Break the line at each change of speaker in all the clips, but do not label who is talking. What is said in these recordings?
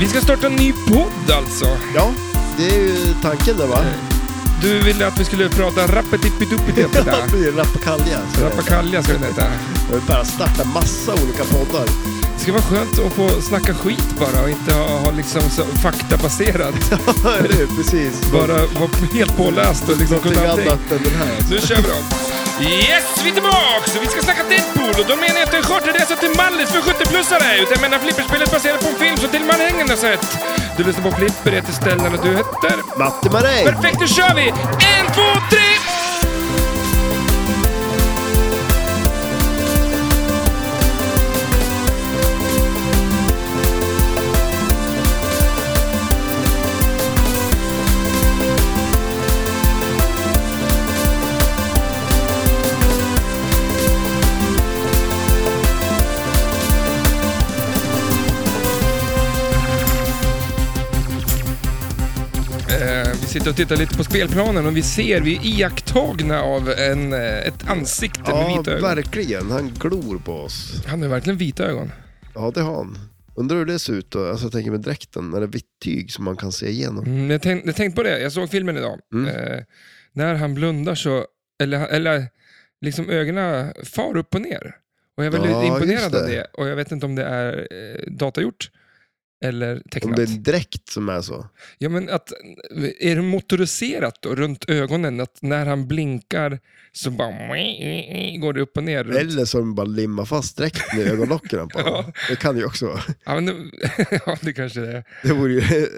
Vi ska starta en ny podd alltså.
Ja, det är ju tanken där va?
Du ville att vi skulle prata rappetippituppitipita.
Att bli rappakalja. så är det.
Rappakalja ska den heta.
Jag vill bara starta massa olika poddar.
Det ska vara skönt att få snacka skit bara och inte ha, ha liksom så faktabaserat.
Eller hur? Precis.
Bara vara helt påläst och liksom
Någonting
kunna allting.
annat än den här.
Nu kör vi då. Yes, vi är tillbaks! Vi ska snacka Deadpool och då menar jag att det är en charterresa till Mallis för 70-plussare. Utan jag menar flipperspelet baserat på en film som till och med Hängen har sett. Du lyssnar på Flipper, heter Stellan och du heter...
Matte Maräng!
Perfekt, nu kör vi! En, två, tre! Eh, vi sitter och tittar lite på spelplanen och vi ser, vi är iakttagna av en, eh, ett ansikte med
Ja,
vita ögon.
verkligen. Han glor på oss.
Han har verkligen vita ögon.
Ja, det har han. Undrar hur det ser ut då? Alltså, jag tänker med dräkten. Är det vitt tyg som man kan se igenom?
Mm, jag, tänk, jag tänkte på det, jag såg filmen idag.
Mm.
Eh, när han blundar så, eller, eller liksom ögonen far upp och ner. Och jag är väldigt
Ja,
imponerad
just
av
det.
det. Och jag vet inte om det är eh, datagjort eller
Om
tecknat.
det är en dräkt som är så.
Ja, men att, är det motoriserat då, runt ögonen? Att när han blinkar så bara går det upp och ner. runt-
Eller så har de bara limmat fast dräkten i ögonlocken på honom. Det kan ju också vara.
Ja, men, det- ja, det kanske det är.
Det vore ju det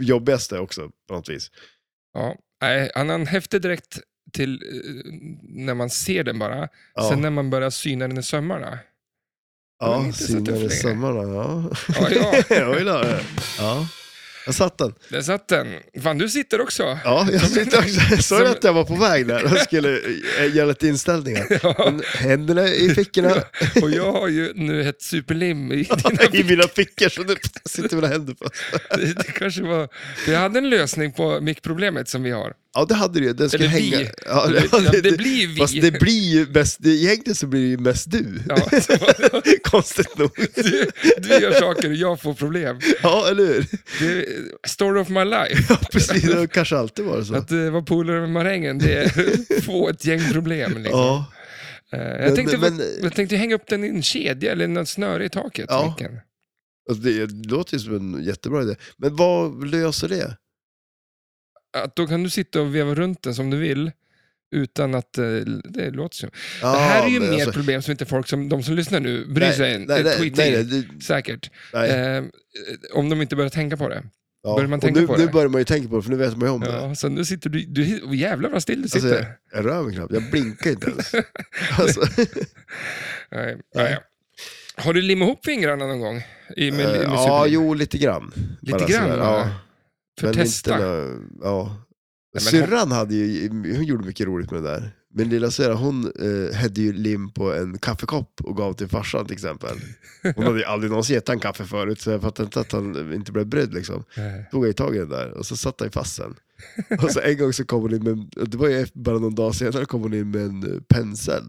jobbigaste också på något vis.
Ja. Nej, han har en häftig direkt till eh, när man ser den bara.
Ja.
Sen när man börjar syna den i sömmarna. det var
Ja,
inte så tufft
synar i
längre.
sömmarna. Ja.
Ja, ja.
Oj då. Ja. Jag satt den.
Där satt den. Fan, du sitter också.
Ja, jag sitter också. Såg
som-
att jag var på väg där och skulle eh, göra lite inställningar. Men händerna i fickorna,
Och jag har ju nu ett superlim i dina...
i mina fickor, så nu sitter mina händer på.
Det, det kanske var... Jag hade en lösning på mickproblemet som vi har.
Ja, det hade du ju. Den skulle
Eller vi.
hänga. Ja,
Eller-
ja,
ja, det blir ju vi.
Fast det blir ju bäst, det- egentligen så blir det ju mest du.
Ja, så,
Konstigt nog.
du, du gör saker och jag får problem.
Ja, eller hur?
Det, story of my life.
Ja, precis. Det har kanske alltid varit så.
Att eh, vara polare med marängen, det är få ett gäng problem. Liksom.
Ja.
Eh,
Men-
Jag tänkte,
men-
jag tänkte hänga upp den i en kedja eller något snöre i taket.
Ja.
micken.
Alltså det låter ju som en jättebra idé. Men vad löser det?
Att då kan du sitta och veva runt den som du vill utan att eh, det låter som.
Ja,
det här är ju
men
mer
alltså-
problem som inte folk som, de som lyssnar nu bryr sig en,
nej,
nej,
nej,
skit
nej,
i.
nej, det-
Säkert.
nej.
Eh, om de inte börjar tänka på det.
Ja,
börjar man
och
tänka
nu,
på
nu
det?
börjar man ju tänka på det, för nu vet man ju om det.
Ja, så nu sitter du, du oh, jävlar vad still du
Alltså,
sitter.
jag, jag rör mig knappt, jag blinkar inte ens. Alltså,
nej, ja, ja. Har du limmat ihop fingrarna någon gång? I, med, med
Eh, ja,
superlim?
jo, lite grann.
Lite
Bara
grann,
sådär,
va?
Ja,
För att
men
testa.
Inte, nå- ja.
men
Syrran hade ju, hon gjorde mycket roligt med det där. Min lilla syrra, hon eh, hade ju lim på en kaffekopp och gav till farsan till exempel. Hon hade ju aldrig någonsin gett han kaffe förut, så jag fattar inte att han inte blev brydd liksom.
Nej.
tog jag i tag i den där och så satt han fast sen. Och så en gång så kom hon in med, en- det var ju bara någon dag senare kom hon in med en eh, pensel.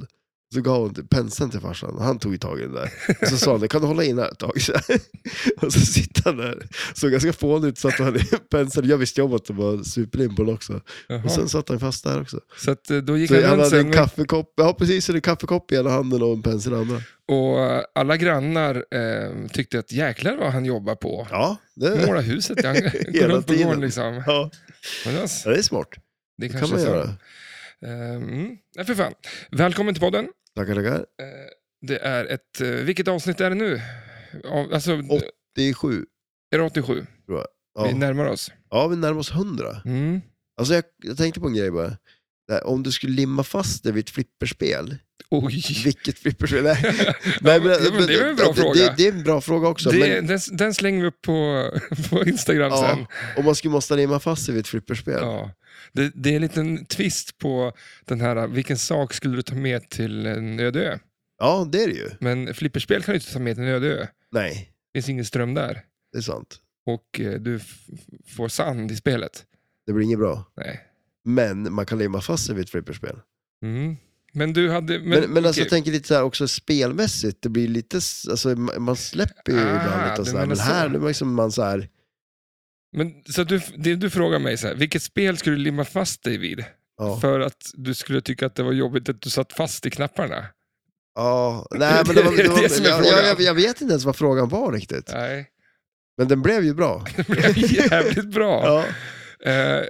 Så gav hon till- penseln till farsan och han tog i tag i den där. Och så sa han, kan du hålla in här ett tag? Så här. Och så sitter han där, såg ganska fånig ut, satt han i penseln. Jag visste ju om att det var superlim på den också.
Jaha.
Och sen satt han fast där också.
Så att, eh, då gick
Så
han
han
runt
hade
sen
en
med,
kaffekopp, ja precis, en kaffekopp i ena handen och en pensel i andra.
och eh, alla grannar eh, tyckte att jäklar vad han jobbar på.
Ja, det,
Måla huset, ja. går
Hela
runt på gården
tiden.
liksom.
ja,
Men alltså,
det är smart.
det
Det kan
kanske
man
är så.
göra.
Eh, Mm, nej, för fan. Välkommen till podden.
Tackar, tackar.
Eh, Det är ett, eh, vilket avsnitt är det nu? Av- Alltså,
Åtta. Det är sju.
är det 87? Vi
Ja.
närmar oss.
ja, vi närmar oss hundra.
Mm.
Alltså jag, jag tänkte på en grej bara. Det här, Om du skulle limma fast det vid ett flipperspel,
Oj.
vilket flipperspel? Nej,
Ja, men- ja, men det är väl en bra
det,
fråga.
Det, det är en bra fråga också.
Det,
men
den, den slänger vi upp på, på Instagram
Ja.
sen.
om man skulle måste limma fast det vid ett flipperspel.
Ja. Det, det är en liten twist på den här, vilken sak skulle du ta med till en öde ö?
Ja, det är det ju.
Men flipperspel kan du inte ta med till en öde ö.
Nej,
Det finns ingen ström där.
det är sant.
Och eh, du f- får sand i spelet.
Det blir inget bra.
Nej.
Men man kan limma fast det vid ett flipperspel.
Mm. Men du hade... Men,
Men, men alltså
okej.
jag tänker lite så här också spelmässigt, det blir lite, s- alltså ma- man släpper ju
Ah,
ibland lite och
du
sådär,
menar
men här
så.
nu är man liksom man så här,
men, så du, det du frågar mig, så här, vilket spel skulle du limma fast dig vid?
ja.
För att du skulle tycka att det var jobbigt att du satt fast i knapparna?
ja. Nej men det var, det var,
Det är det som är
jag,
frågan.
jag, jag, jag vet inte ens vad frågan var riktigt.
Nej,
Men den blev ju bra.
det blev jävligt bra.
Ja.
Eh,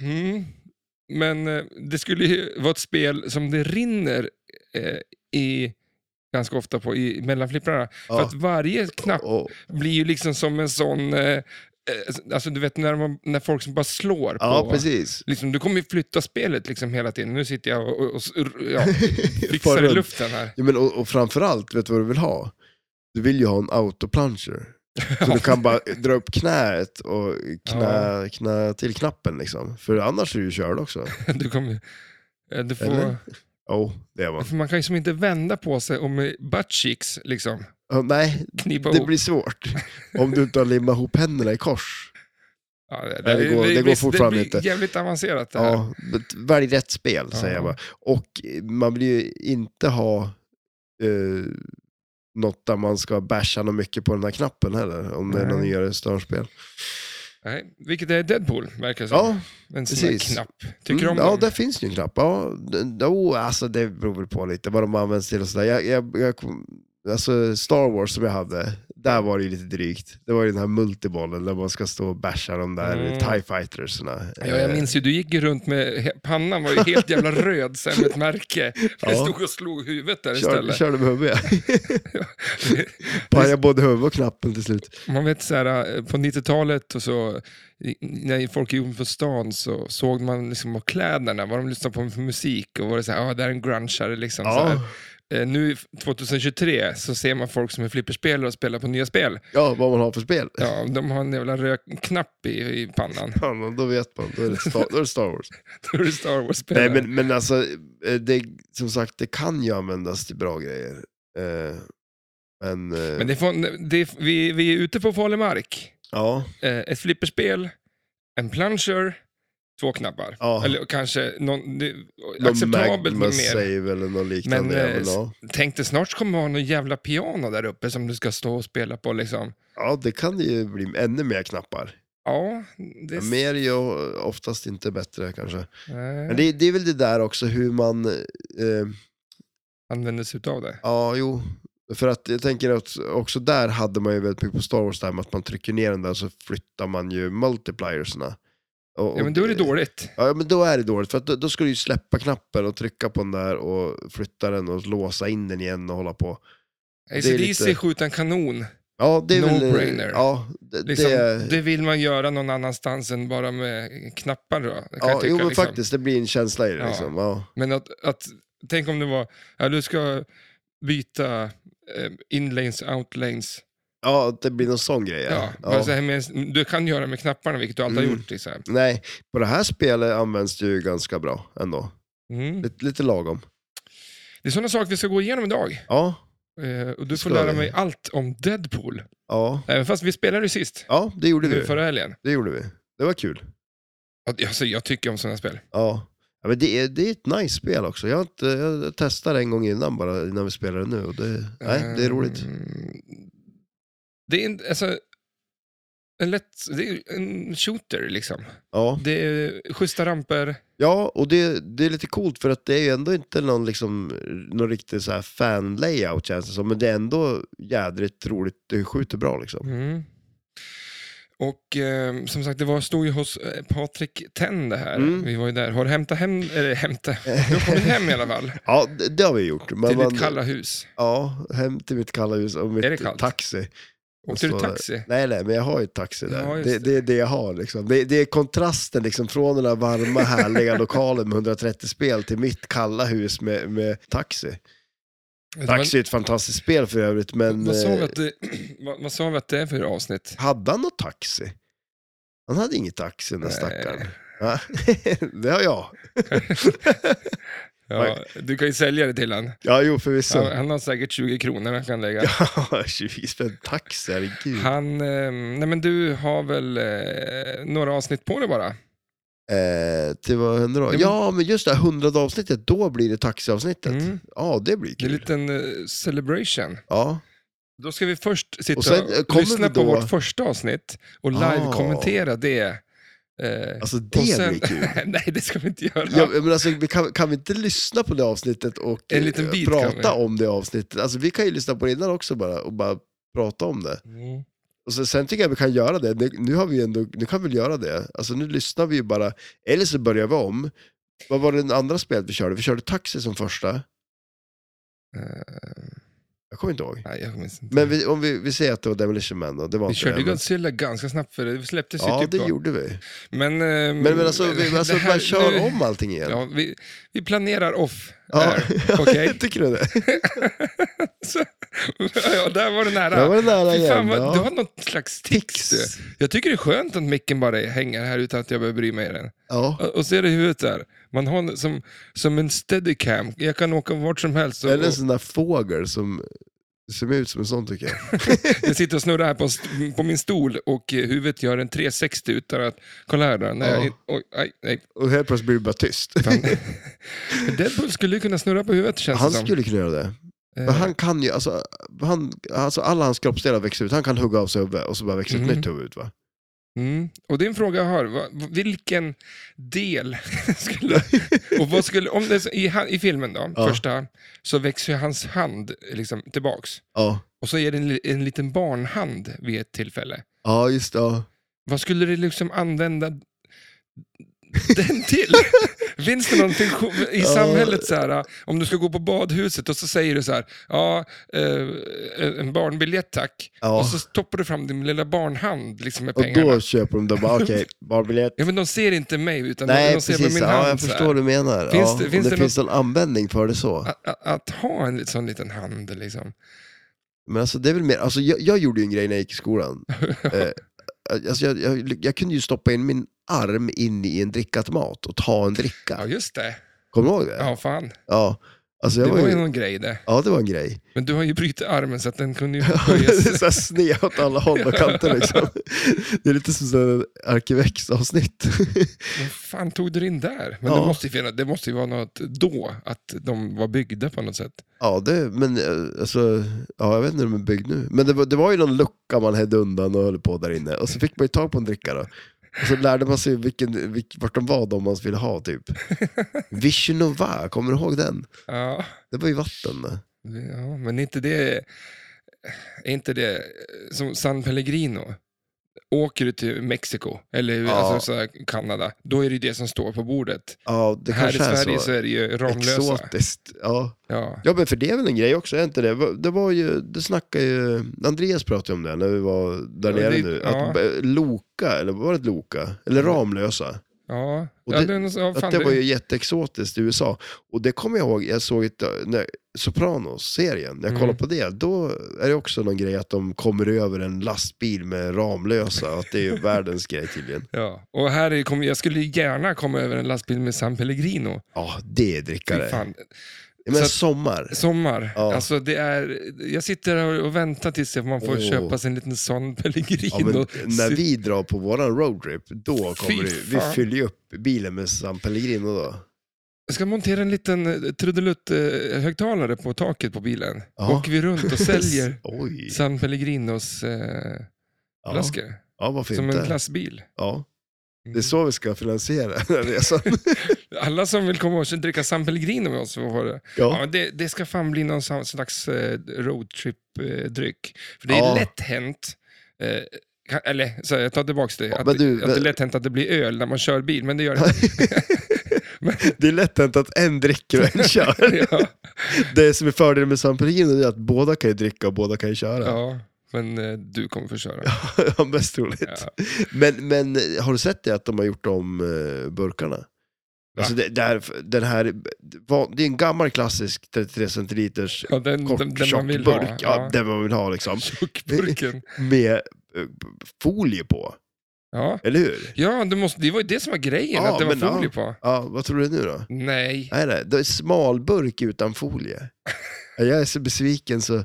mm. Men eh, det skulle ju vara ett spel som det rinner eh, i ganska ofta på i mellanflipprarna. För
Ja.
att varje knapp
Och,
blir ju liksom som en sån... Eh, eh, alltså du vet när, man, när folk som bara slår
ja,
på...
precis.
Liksom, du kommer ju flytta spelet liksom hela tiden. Nu sitter jag och, och, och ja,
Far
fixar i
runt.
luften här.
Ja, men, och, och framförallt, vet du vad du vill ha? Du vill ju ha en autoplancher. Så du kan bara dra upp knät och knä, knä till knappen liksom. För annars är du ju körd också.
Du kommer, eh, du får,
Eller? Jo, det är man.
för man kan ju som inte vända på sig och med butt cheeks liksom
Ja, nej,
knipa
det
ihop.
blir svårt. Om du inte har limmat ihop händerna i kors.
Ja, det,
det går- det går
blir-
fortfarande
det blir
inte.
jävligt avancerat det här.
Ja, men välj rätt spel,
Ja.
säger jag bara. Och eh, man vill ju inte ha eh, något där man ska basha något mycket på den här knappen heller, om det är någon
Nej.
nyare störspel.
Nej, vilket är Deadpool, verkar det som.
Ja,
en sån där
precis.
knapp. Tycker du om
Mm, Ja,
dem?
där finns ju en knapp. Ja, den- oh, alltså det beror väl på lite vad de används till och sådär. Jag, jag, jag, kom- alltså Star Wars som jag hade, där var det ju lite drygt. Det var ju den här multibollen där man ska stå och basha de där E
Mm.
TIE fightersna.
Ja,
eh.
jag minns ju, du gick ju runt med, he- pannan var ju helt jävla röd som ett märke. För det
Ja.
stod och slog huvudet där
Kör,
istället.
körde med huvudet. Pajade både huvudet och knappen till slut.
Man vet så här, eh, på 90-talet och så, i- när folk gick ut på stan så såg man liksom på kläderna, vad de lyssnade på för musik och var det så här, ah, där är en grungeare liksom. Så här.
Ja,
Eh, Nu 2023 så ser man folk som är flipperspelare och spelar på nya spel.
ja vad man har för spel.
Ja, de har en jävla rökknapp i, i pannan.
Ja, men då vet man, då är det Star, då är det Star Wars.
Då är det Star Wars-spelare.
Nej, men, men alltså, eh, det, som sagt, det kan ju användas till bra grejer. Eh, Men, eh,
Men det får, det, vi, vi är ute på farlig mark.
ja.
Eh, ett flipperspel, en plunger, två knappar.
Ja.
Eller kanske någon, det,
Ah. Någon
acceptabelt
Magma
med mer.
Save eller något liknande.
Men, eh,
Men, ja.
Tänk dig snart kommer ha någon jävla piano där uppe som du ska stå och spela på. Liksom.
ja, det kan ju bli ännu mer knappar.
Ja, det...
Mer är ju oftast inte bättre kanske.
Nej,
Men det, det är väl det där också hur man, eh,
användes utav det.
ja jo, för att jag tänker att också där hade man ju väldigt mycket på Star Wars där med att man trycker ner den där så flyttar man ju multipliersna. Och- och
Ja, men då är det dåligt.
Ja, men då är det dåligt, för att då, då ska du ju släppa knappen och trycka på den där och flytta den och låsa in den igen och hålla på. är
ACDC
lite-
skjuta en kanon,
Ja, det är väl...
No-brainer.
Ja, det,
liksom,
det,
det... vill man göra någon annanstans än bara med knappar. Då, kan
Ja,
jag tycka,
jo men
liksom.
faktiskt, det blir en känsla i det
Ja.
liksom. Ja.
Men att, att, tänk om det var, ja, du ska byta eh, inlanes, outlanes.
ja, att det blir någon sån grej.
Ja,
Ja.
bara Så här med, du kan göra med knapparna, vilket du alltid har
Mm.
gjort. Liksom.
Nej, på det här spelet används det ju ganska bra ändå.
Mm.
Lite, lite lagom.
Det är sådana saker vi ska gå igenom idag.
Ja,
Eh, och du får
Ska
lära
vi?
mig allt om Deadpool.
ja,
Även fast vi spelade ju sist,
ja det gjorde
nu
vi.
förra helgen.
Det gjorde vi. Det var kul.
Att- Alltså, jag tycker om sådana spel.
Ja. Ja, men det, är, det är ett nice spel också. Jag, har inte, jag testade en gång innan bara, innan vi spelade nu. Och det, nej, det är roligt.
Mm. Det är en, alltså, en lätt, det är en shooter liksom.
Ja,
Det är schyssta ramper.
ja och det, det är lite coolt för att det är ju ändå inte någon, liksom, någon riktig så här fan-layout känns det som. Men det är ändå jädrigt roligt. Det skjuter bra liksom.
Mm. Och eh, som sagt, det var, stod ju hos eh, Patrik Tenn det här.
Mm.
Vi var ju där. Har du hämtat hem, eller hämta, du har kommit hem i alla fall
Ja, det, det har vi gjort. Men
till
man-
ditt kalla hus.
Ja, hem till mitt kalla hus och
Är det
mitt
kallt?
taxi.
Åkte du
så-
taxi?
Nej, nej, men jag har ju ett taxi där.
Ja, just
det, det är det jag har. Liksom. Det, det är kontrasten liksom, från den där varma, härliga lokalen med 130 spel till mitt kalla hus med, med taxi. Taxi är ett fantastiskt spel för övrigt,
Men,
men
vad, sa vi
eh,
att det, vad, vad sa vi att det är för avsnitt?
hade han något taxi? Han hade inget taxi, den där
Nej.
stackaren. Va? det har jag.
Ja, du kan ju sälja det till han.
Ja, jo, förvisso.
Han, han har säkert 20 kronor han kan lägga.
Ja, 20 spänn taxi, herregud.
Han, eh, nej men du har väl eh, några avsnitt på dig bara?
Eh, till vad hände då?
men-
Ja, men just det här hundrade avsnittet, då blir det taxiavsnittet.
Mm.
Ja, det blir
Det är en
kul.
liten eh, celebration.
Ja,
Då ska vi först sitta och,
Och sen, eh, kommer
lyssna
vi då- Ah.
på vårt första avsnitt och live-kommentera det. Eh,
alltså det
och sen-
blir kul.
Nej, det ska vi inte göra.
Ja, men alltså, vi kan, kan vi inte lyssna på det avsnittet och
En liten
eh,
bit
prata
kan
om det avsnittet? Alltså, vi kan ju lyssna på det innan också bara och bara prata om det.
Mm.
Och så, sen tycker jag vi kan göra det. Nu, nu, har vi ändå, nu kan vi väl göra det. Alltså, nu lyssnar vi ju bara. Eller så börjar vi om. Vad var det den andra spelet vi körde? Vi körde Taxi som första.
Eh,
Jag kommer inte ihåg.
nej, jag minns inte.
Men vi, om vi, vi säger att det var Demolition Man då. Det var
vi
inte
körde
det,
ju
men-
Godzilla ganska snabbt för det släpptes ju
Ja,
typ
det
då.
gjorde vi.
Men, eh,
Men, men alltså, vi,
det
alltså
här-
man kör
nu-
om allting igen.
Ja, vi, vi planerar off.
Ja.
där. Okej.
Tycker du det?
Så- ja, där var det nära.
Jag var nära
Fy fan,
igen.
vad, Du
ja.
har något slags tics. Du.
Tics.
Jag tycker det är skönt att micken bara hänger här utan att jag behöver bry mig i den.
Ja.
Och- Och så är det huvudet där. Man har en- som, som en steadycam. Jag kan åka vart som helst. Och,
Eller en
Alltså, och,
sån där fågel som ser ut som en sån tycker jag.
jag sitter och snurrar här på, en st- på min stol och eh, huvudet gör en 360 utan att... Kolla här då. Nej,
Ja.
jag- oj, aj, nej,
Och helt plötsligt blir det bara tyst.
fan. Deadpool skulle ju kunna snurra på huvudet känns
Han
det som.
skulle kunna göra det. Men
Eh,
han kan ju, alltså, han, alltså alla hans kroppsdelar växer ut. Han kan hugga av sig huvudet och så bara växer
Mhm.
ett nytt huvud ut va?
Mm. Och det är en fråga jag har. Va- Vilken del skulle... Och vad skulle om det, i, han- I filmen då,
Ja.
första, så växer ju hans hand liksom, tillbaks.
Ja,
Och så är det en, li- en liten barnhand vid ett tillfälle.
ja just det. Ja.
Vad skulle du liksom använda den till? Finns det någon funktion i
Ja.
samhället så här, om du ska gå på badhuset och så säger du så här, ja, eh, en barnbiljett tack.
Ja.
Och så stoppar du fram din lilla barnhand liksom, med
Och
pengarna.
då köper de, de bara okej, barnbiljett.
Ja, men de ser inte mig, utan de,
Nej
de ser
precis,
med min
ja,
hand.
jag
så här.
förstår vad du menar.
Finns
ja,
det-
om
finns
det,
det
finns någon användning för det så.
Att, att, att ha en sån liten hand, liksom.
Men alltså det är väl mer, alltså jag, jag gjorde ju en grej när jag gick i skolan. eh, alltså jag, jag, jag kunde ju stoppa in min arm in i en drickautomat och ta en
Ja,
dricka.
just det.
Kommer du ihåg det?
Ja, fan.
Ja. Alltså
Det
jag
var
var
ju
ju,
någon grej det.
ja, det var en grej.
Men du har ju brutit armen så att den kunde ju
det är
höjas.
så här sned åt alla håll och kanter liksom. Det är lite som sådär arkivex-avsnitt.
Vad fan tog du in där? Men
Ja.
det, måste ju, finnas- det måste ju vara något då, att de var byggda på något sätt.
Ja, det, men eh, alltså, ja, jag vet inte hur de är byggd nu. Men det var, det var ju någon lucka man hade undan och höll på där inne. Och så fick man ju tag på en dricka då. Och så lärde man sig vilken, vilk, vart de var, de man ville ha typ. Vishnova, kommer du ihåg den?
Ja,
Det var ju vatten. det.
ja men inte det... Är inte det eh, som San Pellegrino? Åker du till Mexiko, eller
Ja.
alltså, så här, Kanada, då är det ju det som står på bordet.
Ja, det
här i
kanske är
Sverige
så.
så. är det ju Ramlösa.
Exotiskt. Ja.
Ja.
ja, men för det är väl en grej också, är inte det? Va- Det var ju, det snackade ju, Andreas pratade om det när vi var där
Ja,
nere
det-
nu.
ja. Mm.
Att eh, Loka, eller var det Loka? Eller Ramlösa?
Ja,
Och
ja,
det-
det, är någon- ja, fan,
att det
det-
var ju jätteexotiskt i USA. Och det kommer jag ihåg, jag såg ett, eh, när, Sopranos-serien, när jag
Mm.
kollade på det, då är det också någon grej att de kommer över en lastbil med Ramlösa, och att det är ju världens grej tydligen.
Ja, och här är, kom, jag skulle ju gärna komma över en lastbil med San Pellegrino.
Ja, det är
Fy
drickare.
fan.
Ja, Men
Så att-
sommar.
Sommar.
Ja.
Alltså det är, jag sitter här och väntar tills man får
Åh.
köpa sig en liten San
Oh. Ja,
Pellegrino.
men
Sitt-
när vi drar på våran roadtrip, då
Fy
kommer det, vi
fan.
fyller ju upp bilen med San Pellegrino då.
Jag ska montera en liten eh, trudelutt-högtalare på taket på bilen.
Ja.
Åker vi runt och säljer
Oj.
San Pellegrinos eh,
Ja,
flaskor.
ja varför
som en
inte?
glassbil.
Ja.
Mm.
Det är så vi ska finansiera den här resan.
Alla som vill komma och dricka San Pellegrino med oss får ha det. Ja,
Ja.
men det, det ska fan bli någon sån- slags eh, roadtrip-dryck. För det är
Ja.
lätt hänt, eh, ka- eller så här, jag tar tillbaka det,
Ja,
att,
men du,
att det är
men-
lätt hänt att det blir öl när man kör bil, men det gör det
Det är lätt hänt att en dricker och en kör.
inte. ja,
Det som är fördelen med San Pellegrino är att båda kan ju dricka och båda kan ju köra.
ja, men eh, du kommer få köra.
Ja. Mest troligt.
Ja.
Men, men har du sett det att de har gjort om eh, burkarna? Alltså det, där, den här, det är en gammal klassisk 33 centiliters
Ja, den,
kort,
Mm, den, den
tjock
man vill
burk.
ha.
Ja,
Ja,
Den man vill ha liksom.
Tjockburken.
Med eh, folie på,
Ja,
eller hur?
ja det, måste, det var ju det som var grejen,
Ja,
att det var
men ja.
folie på.
Ja, vad tror du nu då?
Nej,
Nej, nej, det är smalburk utan folie. Ja, Jag är så besviken så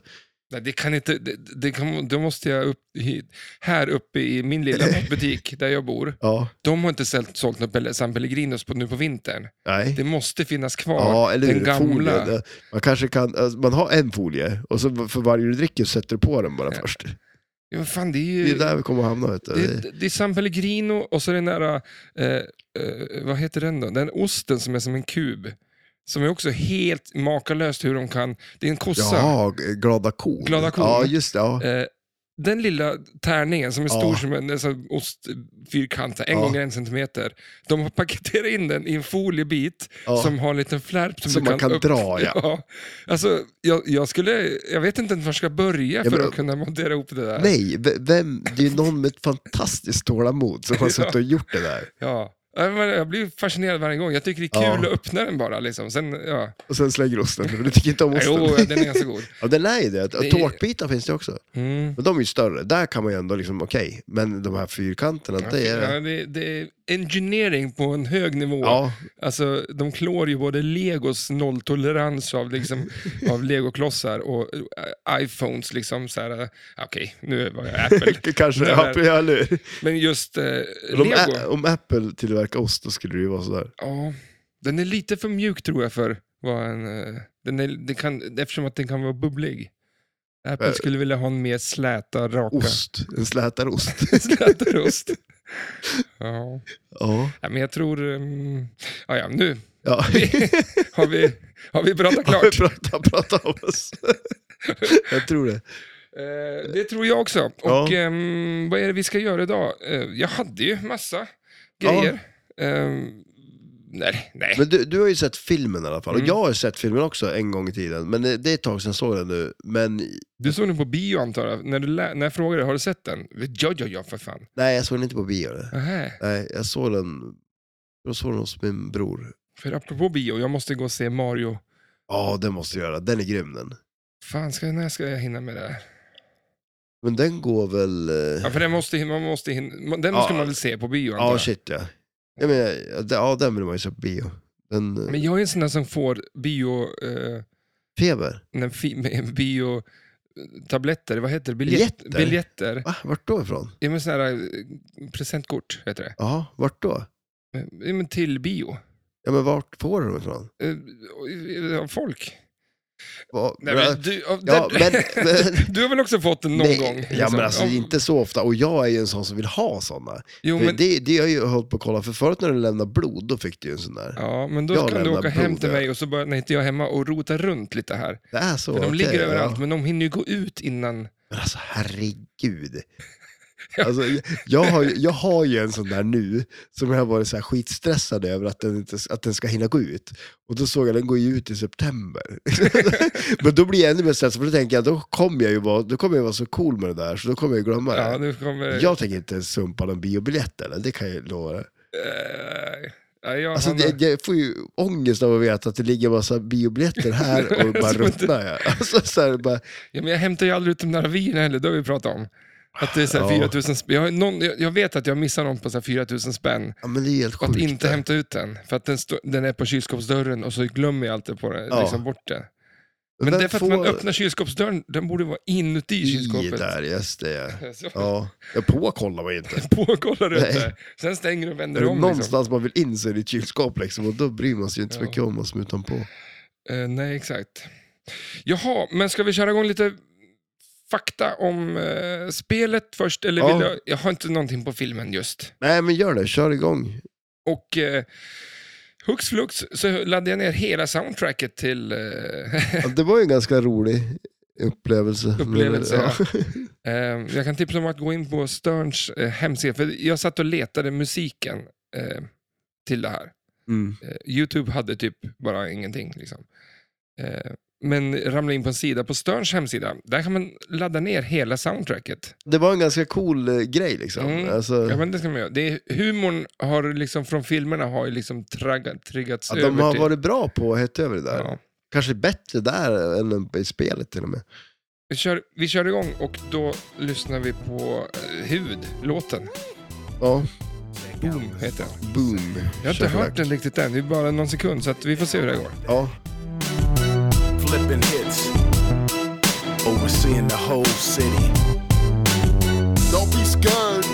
Nej, det kan inte, det, det kan, då måste jag upp hit. Här uppe i min lilla butik där jag bor,
Ja,
de har inte sålt, sålt något Pelle- San Pellegrinos på, nu på vintern.
nej.
Det måste finnas kvar,
Ja, eller
den
hur?
gamla.
Folie. Det- Man kanske kan, alltså, man har en folie och så för varje du dricker så sätter du på den bara först.
Ja, vad fan, det är
Det
ju...
är där vi kommer att hamna vet du. Det-
Det, det är San Pellegrino och så den där, eh, eh, vad heter den då? Den osten som är som en kub. Som är också helt makalöst hur de kan, det är en kossa.
Jaha, glada kon.
Glada kon.
Ja, just det. Ja.
Eh, den lilla tärningen som är stor
Ja.
som en nästan ostfyrkant, så här, en
Ja.
gånger en centimeter. De har paketerat in den i en foliebit
Ja.
som har en liten flärp som,
Som
du
man kan
upp-
dra, ja.
Alltså, jag, jag, skulle, jag vet inte ens var jag ska börja
Ja,
för
men-
att kunna montera ihop det där.
Nej, v- vem, det är ju någon med ett fantastiskt tålamod som har suttit och gjort det där.
Ja. Ja, men Jag blir fascinerad varje gång. Jag tycker det är kul
Ja.
att öppna den bara. Liksom. Sen, ja.
Och sen slänger du osten, för du tycker inte om osten.
Jo, den är ganska god.
Ja, den är ju det.
Det är-
Och tårtbitar finns det också.
Mm.
Men de är ju större. Där kan man ju ändå liksom, okej. Men de här fyrkanterna, det är...
Ja, det, det är engineering på en hög nivå.
Ja,
Alltså, de klår ju både Legos nolltolerans av, liksom, av legoklossar och eh, iPhones. Liksom, så här, eh, Okej, nu var jag Apple.
kanske.
Det
Ja,
där.
ja, eller hur?
Men just eh,
om,
Lego,
Ä- om Apple tillverkar ost, då skulle det ju vara sådär.
ja, den är lite för mjuk tror jag för vad en, eh, den är, det kan, eftersom att den kan vara bubblig. Apple
Eh,
skulle vilja ha en mer släta, raka
Ost. En slätad ost.
släta ost. Ja.
Ja.
Ja, men jag tror... Um, ja, ja, nu
ja.
har vi, har vi pratat
Har
klart.
vi pratat, pratat om oss. Jag tror det.
Eh, det tror jag också.
Ja.
Och ehm, vad är det vi ska göra idag? Eh, jag hade ju massa grejer. Ehm, nej, nej.
Men du, du har ju sett filmen i alla fall.
Mm.
Och jag har ju sett filmen också en gång i tiden. Men det, det är ett tag sedan jag såg den nu. Men
Du såg den på bio antar jag. När, du lä- när jag frågade, har du sett den? Ja, ja, ja, för fan.
nej, jag såg den inte på bio. Nej.
Aha.
Nej, jag såg den, jag såg den hos min bror.
För apropå bio, jag måste gå och se Mario.
Ja, den måste jag göra. Den är grym den.
Fan, ska, när ska jag hinna med det här?
Men den går väl... eh,
Ja, för den måste, hin- man måste hinna, den
Ja.
ska man väl se på bio antar
Ja,
jag.
shit ja. ja, men, ja, det- ja den vill man ju se på bio. Den, eh,
Men jag är en sån där som får bio... eh,
Feber?
när fi- med bio eh, tabletter, vad heter det?
Biljetter?
Biljetter.
Va? Vart då ifrån?
Ja, men sådana här eh, presentkort heter det.
Ja, vart då?
Ja, men till bio.
Ja, men vart får du dem ifrån?
Eh, och, eh, Av folk.
Va,
Nej, men du, av,
ja,
där,
men, men,
du har väl också fått den någon
nej,
gång?
Ja,
liksom.
men alltså
Av-
inte så ofta. Och jag är ju en sån som vill ha såna.
Jo,
För
men,
det, det har jag ju hållit på att kolla. För förut när du lämnade blod, då fick du ju en sån där.
ja, men då
Jag
kan du
lämnar
åka hem
blod,
till
ja.
mig och så börjar när inte jag är hemma och rota runt lite här.
Det är så?
För de
okej,
ligger
ja.
överallt, men de hinner ju gå ut innan.
Men alltså herregud. Alltså, jag- jag, har, ju- jag har ju en sån där nu som jag har varit så här skitstressad över att den, inte, att den ska hinna gå ut. Och då såg jag den går ju ut i september. Men då blir jag ännu mer stressad för då tänker jag då kommer jag ju vara, då kommer jag vara så cool med det där så då kommer jag glömma
Ja,
det.
nu kommer...
Jag tänker inte sumpa någon biobiljett eller, det kan jag ju lova dig.
Eh, ja, jag,
Alltså,
han-
det, jag får ju ångest av att veta att det ligger en massa biobiljetter här och bara
Som inte-
ruttnar jag. Alltså, så här, bara,
Ja, men jag hämtar ju aldrig ut de där vierna heller, det har vi pratat om. Att det är så här
Ja.
4000 spänn. Jag, har någon, jag, jag vet att jag missar någon på så här 4000 spänn.
ja, men det är ju helt
Och
sjukt.
att inte
det.
hämta ut den. För att den, stå, den är på kylskåpsdörren och så glömmer jag alltid på det,
Ja.
liksom bort det. Men, det är för att
vem
man
får-
öppnar kylskåpsdörren, den borde vara inuti
I
kylskåpet.
där, just det.
Så,
Ja, jag påkollar mig inte.
Påkollar du inte.
Nej.
Sen stänger du och
Är
vänder
det
om. Liksom.
någonstans man vill in så är det ett kylskåp liksom, och då bryr man sig ju inte så
Ja.
mycket om vad som är utanpå.
Eh, nej, exakt. Jaha, men ska vi köra igång lite fakta om eh, spelet först? Eller
Ja.
vill jag, jag har inte någonting på filmen just.
Nej men gör det, kör igång.
Och eh, hux flux så laddade jag ner hela soundtracket till... Eh,
Ja, Det var ju en ganska rolig upplevelse.
Upplevelse,
ja.
eh, jag kan tipsa om att gå in på Sterns eh, hemsida, för jag satt och letade musiken eh, till det här.
Mm.
Eh, Youtube hade typ bara ingenting. Liksom. Eh, men ramlade in på en sida på Sterns hemsida. Där kan man ladda ner hela soundtracket.
Det var en ganska cool eh, grej liksom.
Mm.
Alltså,
Ja, men det ska man göra. Det är, humorn har liksom, från filmerna har ju liksom traggat, triggats
att
över
de har
till...
varit bra på att hetta över det där.
Ja.
Kanske bättre där än i spelet till och med.
Vi kör, vi kör igång och då lyssnar vi på eh, Hud-låten.
Ja,
Boom heter den.
boom.
Jag har inte hört den riktigt än, det är bara någon sekund så att vi får se hur det går.
Ja,
flipping hits. overseeing the whole city.
Don't be scared.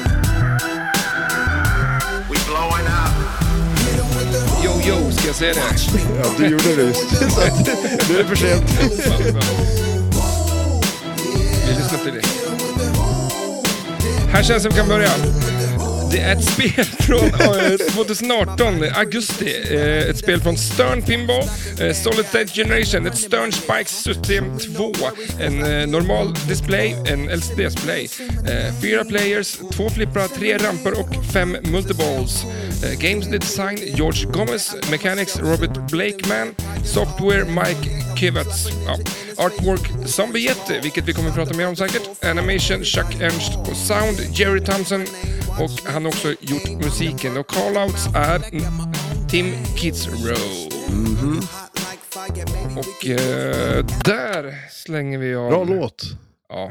We blowing up.
Yo, yo, ska jag säga det?
Ja, du gjorde det just. Så att, nu är det för sent.
Vi lyssnar till det. Här känns det vi kan börja. Det är ett spel från eh, 2018, eh, augusti. Eh, Ett spel från Stern Pinball, eh, Solid State Generation, ett Stern Spikes System 2, en eh, normal display, en LCD-display, eh, fyra players, två flipprar, tre ramper och fem multiballs. Eh, Games Design, George Gomez, Mechanics, Robert Blakeman, Software, Mike Kivets. Ja. Artwork, Zombietti, vilket vi kommer att prata mer om säkert, Animation, Chuck Ernst och Sound, Jerry Thompson, och han har också gjort musiken och callouts är Tim Kitzrow. Mm-hmm. Och eh, där slänger vi av.
Bra låt.
Ja.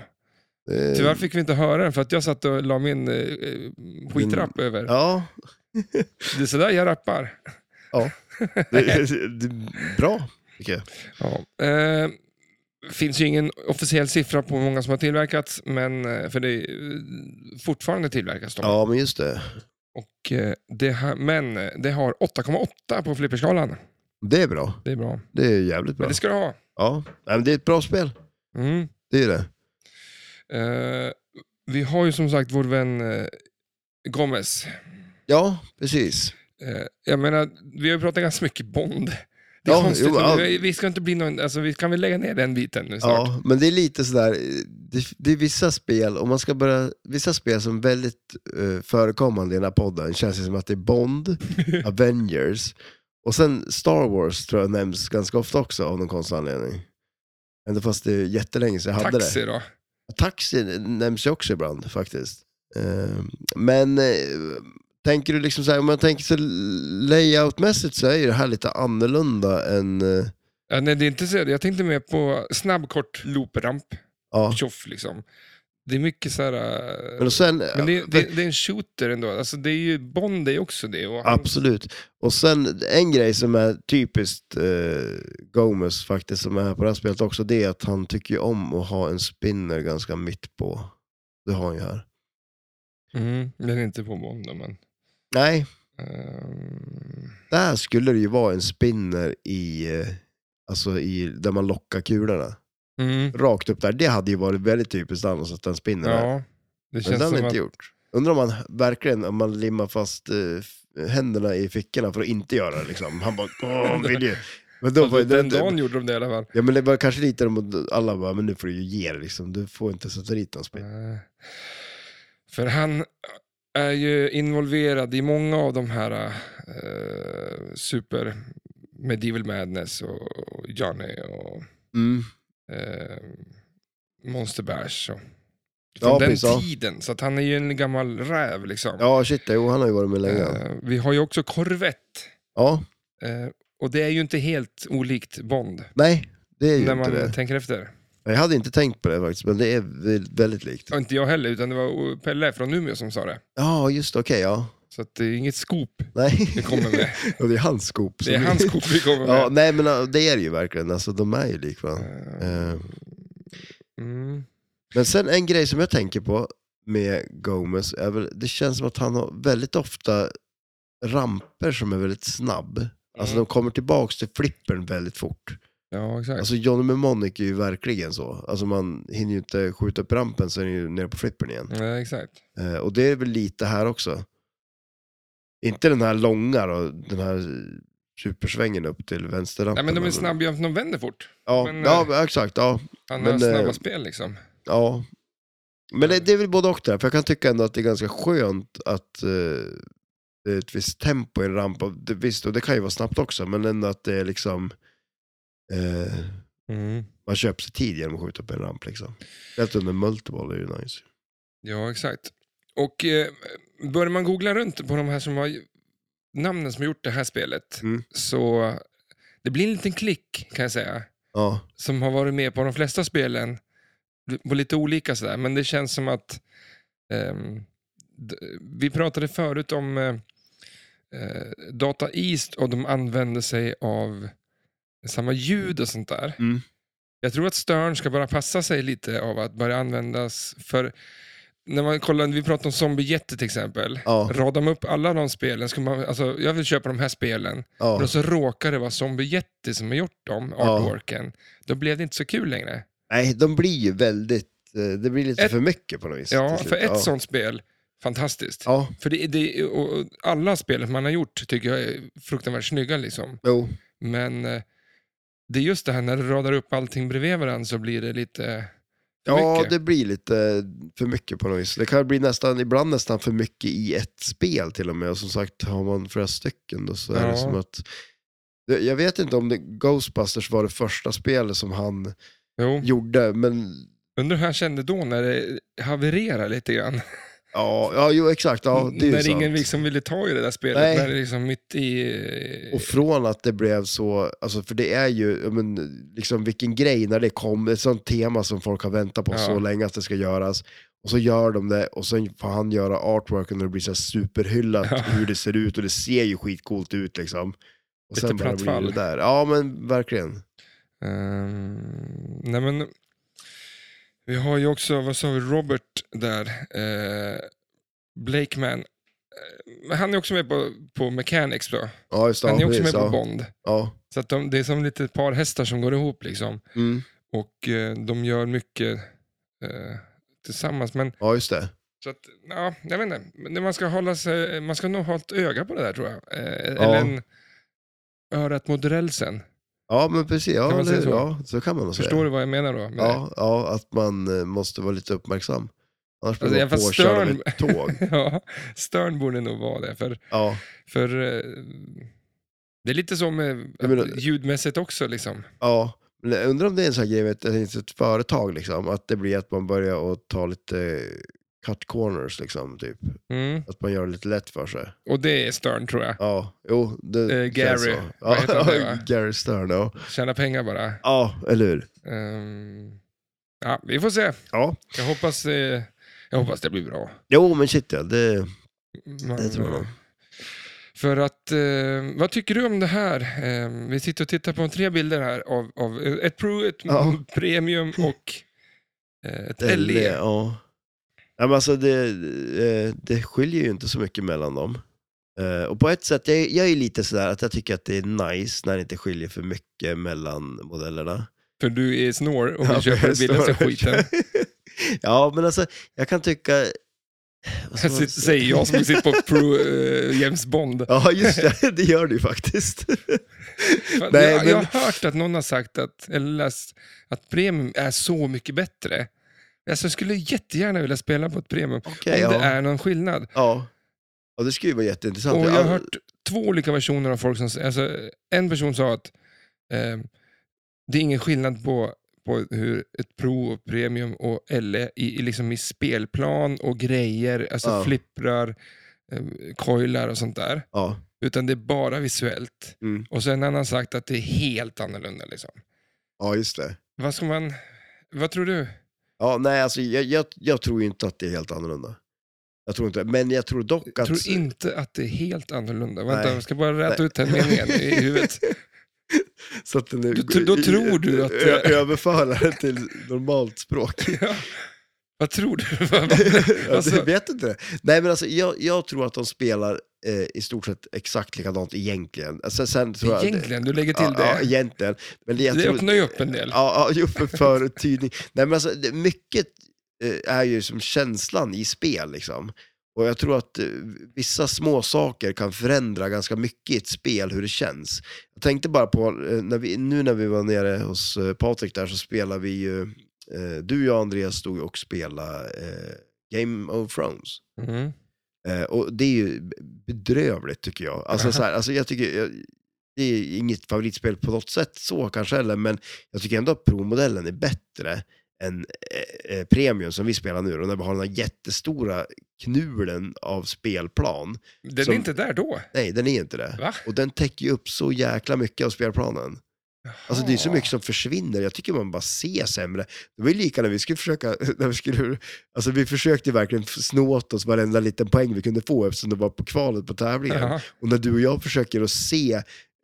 Eh,
Tyvärr fick vi inte höra den för att jag satt och la min eh, eh, skitrapp över.
Ja,
Det är sådär jag rappar.
ja. Det, det, är bra. Okay.
Ja. Eh, finns ju ingen officiell siffra på hur många som har tillverkats, men eh, för det är, eh, fortfarande tillverkas de.
Ja, men just det.
Och, eh, det här, men eh, det har 8,8 på flipperskalan.
Det är bra.
Det är bra.
Det är jävligt bra.
Men det ska du ha.
Ja, Nej, men det är ett bra spel.
Mm.
Det är det.
Eh, vi har ju som sagt vår vän eh, Gomez.
Ja, precis.
Eh, jag menar, vi har ju pratat ganska mycket Bond. Det är
Ja,
konstigt,
jo,
men
ja.
vi, vi ska inte bli någon, alltså, vi kan väl lägga ner den biten nu snart.
Ja, men det är lite sådär, eh, det, det är vissa spel, om man ska börja, vissa spel som är väldigt eh, förekommande i den här podden, känns det som att det är Bond, Avengers, och sen Star Wars tror jag nämns ganska ofta också av någon konstig anledning. Ändå fast det är jättelänge sedan jag hade det.
Taxi då.
Taxi nämns ju också ibland faktiskt. Eh, Men eh, tänker du liksom så här, om man tänker så layoutmässigt så är ju det här lite annorlunda än, eh,
Ja, nej, det är inte så. Jag tänkte mer på snabb, kort loopramp.
ja.
Tjoff liksom. Det är mycket så här... eh,
Men, och sen,
Men det, det, det är en shooter ändå. Alltså, det är ju Bond är ju också det. Och han,
Absolut. Och sen en grej som är typiskt eh, Gomez faktiskt, som är här på det här spelet också, det är att han tycker ju om att ha en spinner ganska mitt på. Det har han ju här.
mm, den är inte på Bond då, men...
Nej,
ehm,
där skulle det ju vara en spinner i, eh, alltså i, där man lockar kulorna.
mm,
Rakt upp där, det hade ju varit väldigt typiskt annars att den spinner där.
ja, det
Men
känns
det har
som
han
att...
inte gjort. Undrar om man verkligen, om man limmar fast eh, f- händerna i fickorna för att inte göra det liksom. Han bara, åh, han vill ju. Men då var ju
Alltså, den
det-
dagen gjorde de det i alla fall.
Ja men det var kanske lite de och alla bara, men nu får du ju ge det liksom. Du får inte sätta dit någon spel.
Nej. För han är ju involverad i många av de här eh, super Medieval Madness och, och Johnny och
Mm.
eh, Monster Bash. Och,
Ja,
från den
precis, ja.
tiden, så att han är ju en gammal räv liksom.
Ja shit, jo han har ju varit med länge.
eh, vi har ju också Corvette.
Ja,
Eh, och det är ju inte helt olikt Bond,
nej det är ju
när man
inte det.
tänker efter.
Jag hade inte tänkt på det faktiskt, men det är vä- väldigt likt.
Och inte jag heller, utan det var Pelle från Umeå som sa det.
Ja just det, okej ja.
Så att det är inget scoop
Nej.
vi kommer med.
och det är hans skop.
Det är hans kort vi kommer
Ja,
med.
nej men ja, det är det ju verkligen, alltså de är ju lika varandra. Eh,
Mm.
Men sen en grej som jag tänker på med Gomez är väl, det känns som att han har väldigt ofta ramper som är väldigt snabb. Alltså
Mm.
de kommer tillbaks till flippern väldigt fort.
Ja, exakt.
Alltså Johnny Mnemonic är ju verkligen så. Alltså man hinner ju inte skjuta upp rampen så är den ju nere på flippern igen.
ja, exakt.
Eh, och det är väl lite här också. Inte den här långa då, den här supersvängen upp till
Nej,
vänsterrampen.
men de är snabba jämfört med de vänder fort.
Ja,
men,
ja exakt. Ja,
Han
Men,
har snabba
eh,
spel liksom.
ja. Men det, det är väl både och där, för jag kan tycka ändå att det är ganska skönt att eh, det är ett visst tempo i en ramp. Och det, visst, och det kan ju vara snabbt också, men ändå att det är liksom... Eh,
Mm.
man köper sig tid genom att skjuta upp en ramp liksom. Helt under multiball är ju nice.
Ja, exakt. Och eh, börjar man googla runt på de här som har namnen som har gjort det här spelet
Mm.
så det blir en liten klick kan jag säga
Ja,
som har varit med på de flesta spelen på lite olika sådär. Men det känns som att ehm, d- vi pratade förut om eh, eh, Data East och de använde sig av samma ljud och sånt där.
Mm.
Jag tror att Stern ska bara passa sig lite av att börja användas för... När man kollar, vi pratade om Zombiejetter till exempel.
Ja.
Radar man upp alla de spelen, ska man, alltså, jag vill köpa de här spelen,
Ja.
men så råkar det vara Zombiejetter som har gjort dem, artworken. Då blev det inte så kul längre.
Nej, de blir ju väldigt, eh, det blir lite
Ett-
för mycket på något vis.
Ja,
till slut.
för ett
ja.
sånt spel, fantastiskt.
Ja,
För det, det, och och alla spel man har gjort tycker jag är fruktansvärt snygga. Liksom.
jo.
Men eh, det är just det här när du radar upp allting bredvid varandra så blir det lite eh, för
Ja,
mycket.
det blir lite för mycket på något vis. Det kan bli nästan, ibland nästan för mycket i ett spel till och med. Och som sagt, har man flera stycken då så är
Ja.
det som att... Jag- Jag vet inte om det, Ghostbusters var det första spelet som han
Jo.
gjorde, men
Undrar hur han kände då när det havererar lite grann.
ja, ja jo exakt. Ja, det är ju
när
sant.
ingen liksom ville ta i det där spelet.
Nej.
När det är liksom mitt i... eh,
Och från att det blev så, alltså för det är ju, ja, men, liksom vilken grej när det kom, ett sånt tema som folk har väntat på
Ja.
så länge att det ska göras. Och så gör de det och sen får han göra artworken och det blir så här superhyllat
Ja.
hur det ser ut och det ser ju skitcoolt ut liksom. Och
Lite
sen bara
platt
blir
fall.
det där. Ja men verkligen.
Ehm, nej men, vi har ju också, vad sa vi, Robert där, eh, Blakeman. Eh, Han är också med på, på Mechanics då.
Ja just det,
Han
ja,
är också med
precis,
på
ja.
Bond.
Ja.
Så att de, det är som lite par hästar som går ihop liksom.
Mm.
Och eh, de gör mycket eh, tillsammans. Men
ja just det.
så att, ja, jag vet inte. Men det- Man ska, hålla sig, man ska nog ha ett öga på det där tror jag. Eh,
Ja.
Eller en, örat mot rälsen.
Ja men precis, ja,
Kan man säga
det-
så?
ja så kan man nog
Förstår
säga.
du vad jag menar då? med det?
Ja, ja, att man eh, måste vara lite uppmärksam. Annars blir
Alltså,
man
jag fast
påkörd av
stör-
ett tåg.
Ja, Stern borde nog vara det. För,
Ja.
för eh, det är lite så med
Jag menar-
att ljudmässigt också. Liksom.
Ja, men jag undrar om det är en sån här grej med ett, ett, ett företag, liksom, att det blir att man börjar att ta lite cut corners, liksom, typ.
Mm.
att man gör det lite lätt för sig.
Och det är Stern tror jag.
Ja, jo, det
Eh,
känns
Gary.
så.
Vad heter han,
Ja,
va?
Gary Stern, ja.
Tjäna pengar bara.
Ja, eller hur?
Ehm, ja, vi får se.
Ja.
Jag hoppas, eh, jag hoppas det blir bra.
Jo, men shit ja, det,
Man,
det tror jag. nog.
För att, eh, vad tycker du om det här? Eh, vi sitter och tittar på tre bilder här av, av eh, ett Pro, ett
Ja. E.
Premium och eh, ett
Det,
LE.
ja. Ja, men alltså det, eh, det skiljer ju inte så mycket mellan dem. Eh, Och på ett sätt, jag, jag är ju lite sådär att jag tycker att det är nice när det inte skiljer för mycket mellan modellerna.
För du är snår och vill
Ja,
köpa
för
den
jag
billigaste
står-
skiten.
ja, men alltså, jag kan tycka... vad ska man
Sitt-
säga?
Säger jag som sitter på Pro eh, James Bond.
Ja, just det. Det gör du ju faktiskt.
Fan,
Nej,
jag, jag
men-
har hört att någon har sagt att, eller läst, att Premium är så mycket bättre. Alltså, jag skulle jättegärna vilja spela på ett Premium.
Okej,
om det
ja.
är någon skillnad.
ja. Ja, det skulle ju vara jätteintressant.
Och jag har
Ja,
hört två olika versioner av folk som säger, alltså, en person sa att eh, det är ingen skillnad på, på hur ett Pro, och Premium och LE i, i, liksom i spelplan och grejer, alltså
Ja.
flipprar, eh, coilar och sånt där.
Ja,
Utan det är bara visuellt.
Mm.
Och så en annan sagt att det är helt annorlunda. Liksom.
ja, just det.
Vad ska man... Vad tror du?
Ja, nej, alltså, jag, jag, jag tror ju inte att det är helt annorlunda. Jag tror inte, men jag tror dock
Jag
att...
tror inte att det är helt annorlunda. Vänta,
Nej.
jag ska bara räta
Nej.
ut den meningen i huvudet.
Så att den är,
Då- då tror du att-
Ö- Överföra det till normalt språk.
Ja. Vad tror du?
alltså...
Alltså-
Jag vet inte. Nej, men alltså, jag, jag tror att de spelar eh, i stort sett exakt likadant egentligen. Alltså, sen tror jag,
Egentligen, du lägger till
ja,
det.
Ja, egentligen. Men jag
det
tror,
öppnar ju upp en del.
Ja, ja ju för förtydning. Nej, men alltså, det, mycket eh, är ju som känslan i spel. Liksom. Och jag tror att eh, vissa små saker kan förändra ganska mycket i ett spel, hur det känns. Jag tänkte bara på, eh, när vi, nu när vi var nere hos eh, Patrik där så spelade vi ju, eh, du, jag och Andreas stod ju och spelade eh, Game of Thrones.
Mm.
Eh, och det är ju bedrövligt tycker jag. Alltså, så här, alltså jag tycker, jag, det är inget favoritspel på något sätt så kanske heller, men jag tycker ändå att provmodellen är bättre än eh, eh, premium som vi spelar nu. Och när vi har den här jättestora knulen av spelplan.
Den
Som-
är inte där då.
Nej, den är inte det.
Va?
Och den täcker ju upp så jäkla mycket av spelplanen. Alltså det är så
Jaha.
mycket som försvinner. Jag tycker man bara ser sämre. Det var ju lika när vi skulle försöka, när vi skulle, alltså vi försökte ju verkligen sno åt oss varenda liten poäng vi kunde få eftersom det var på kvalet på tävlingen.
Ja.
Och när du och jag försöker att se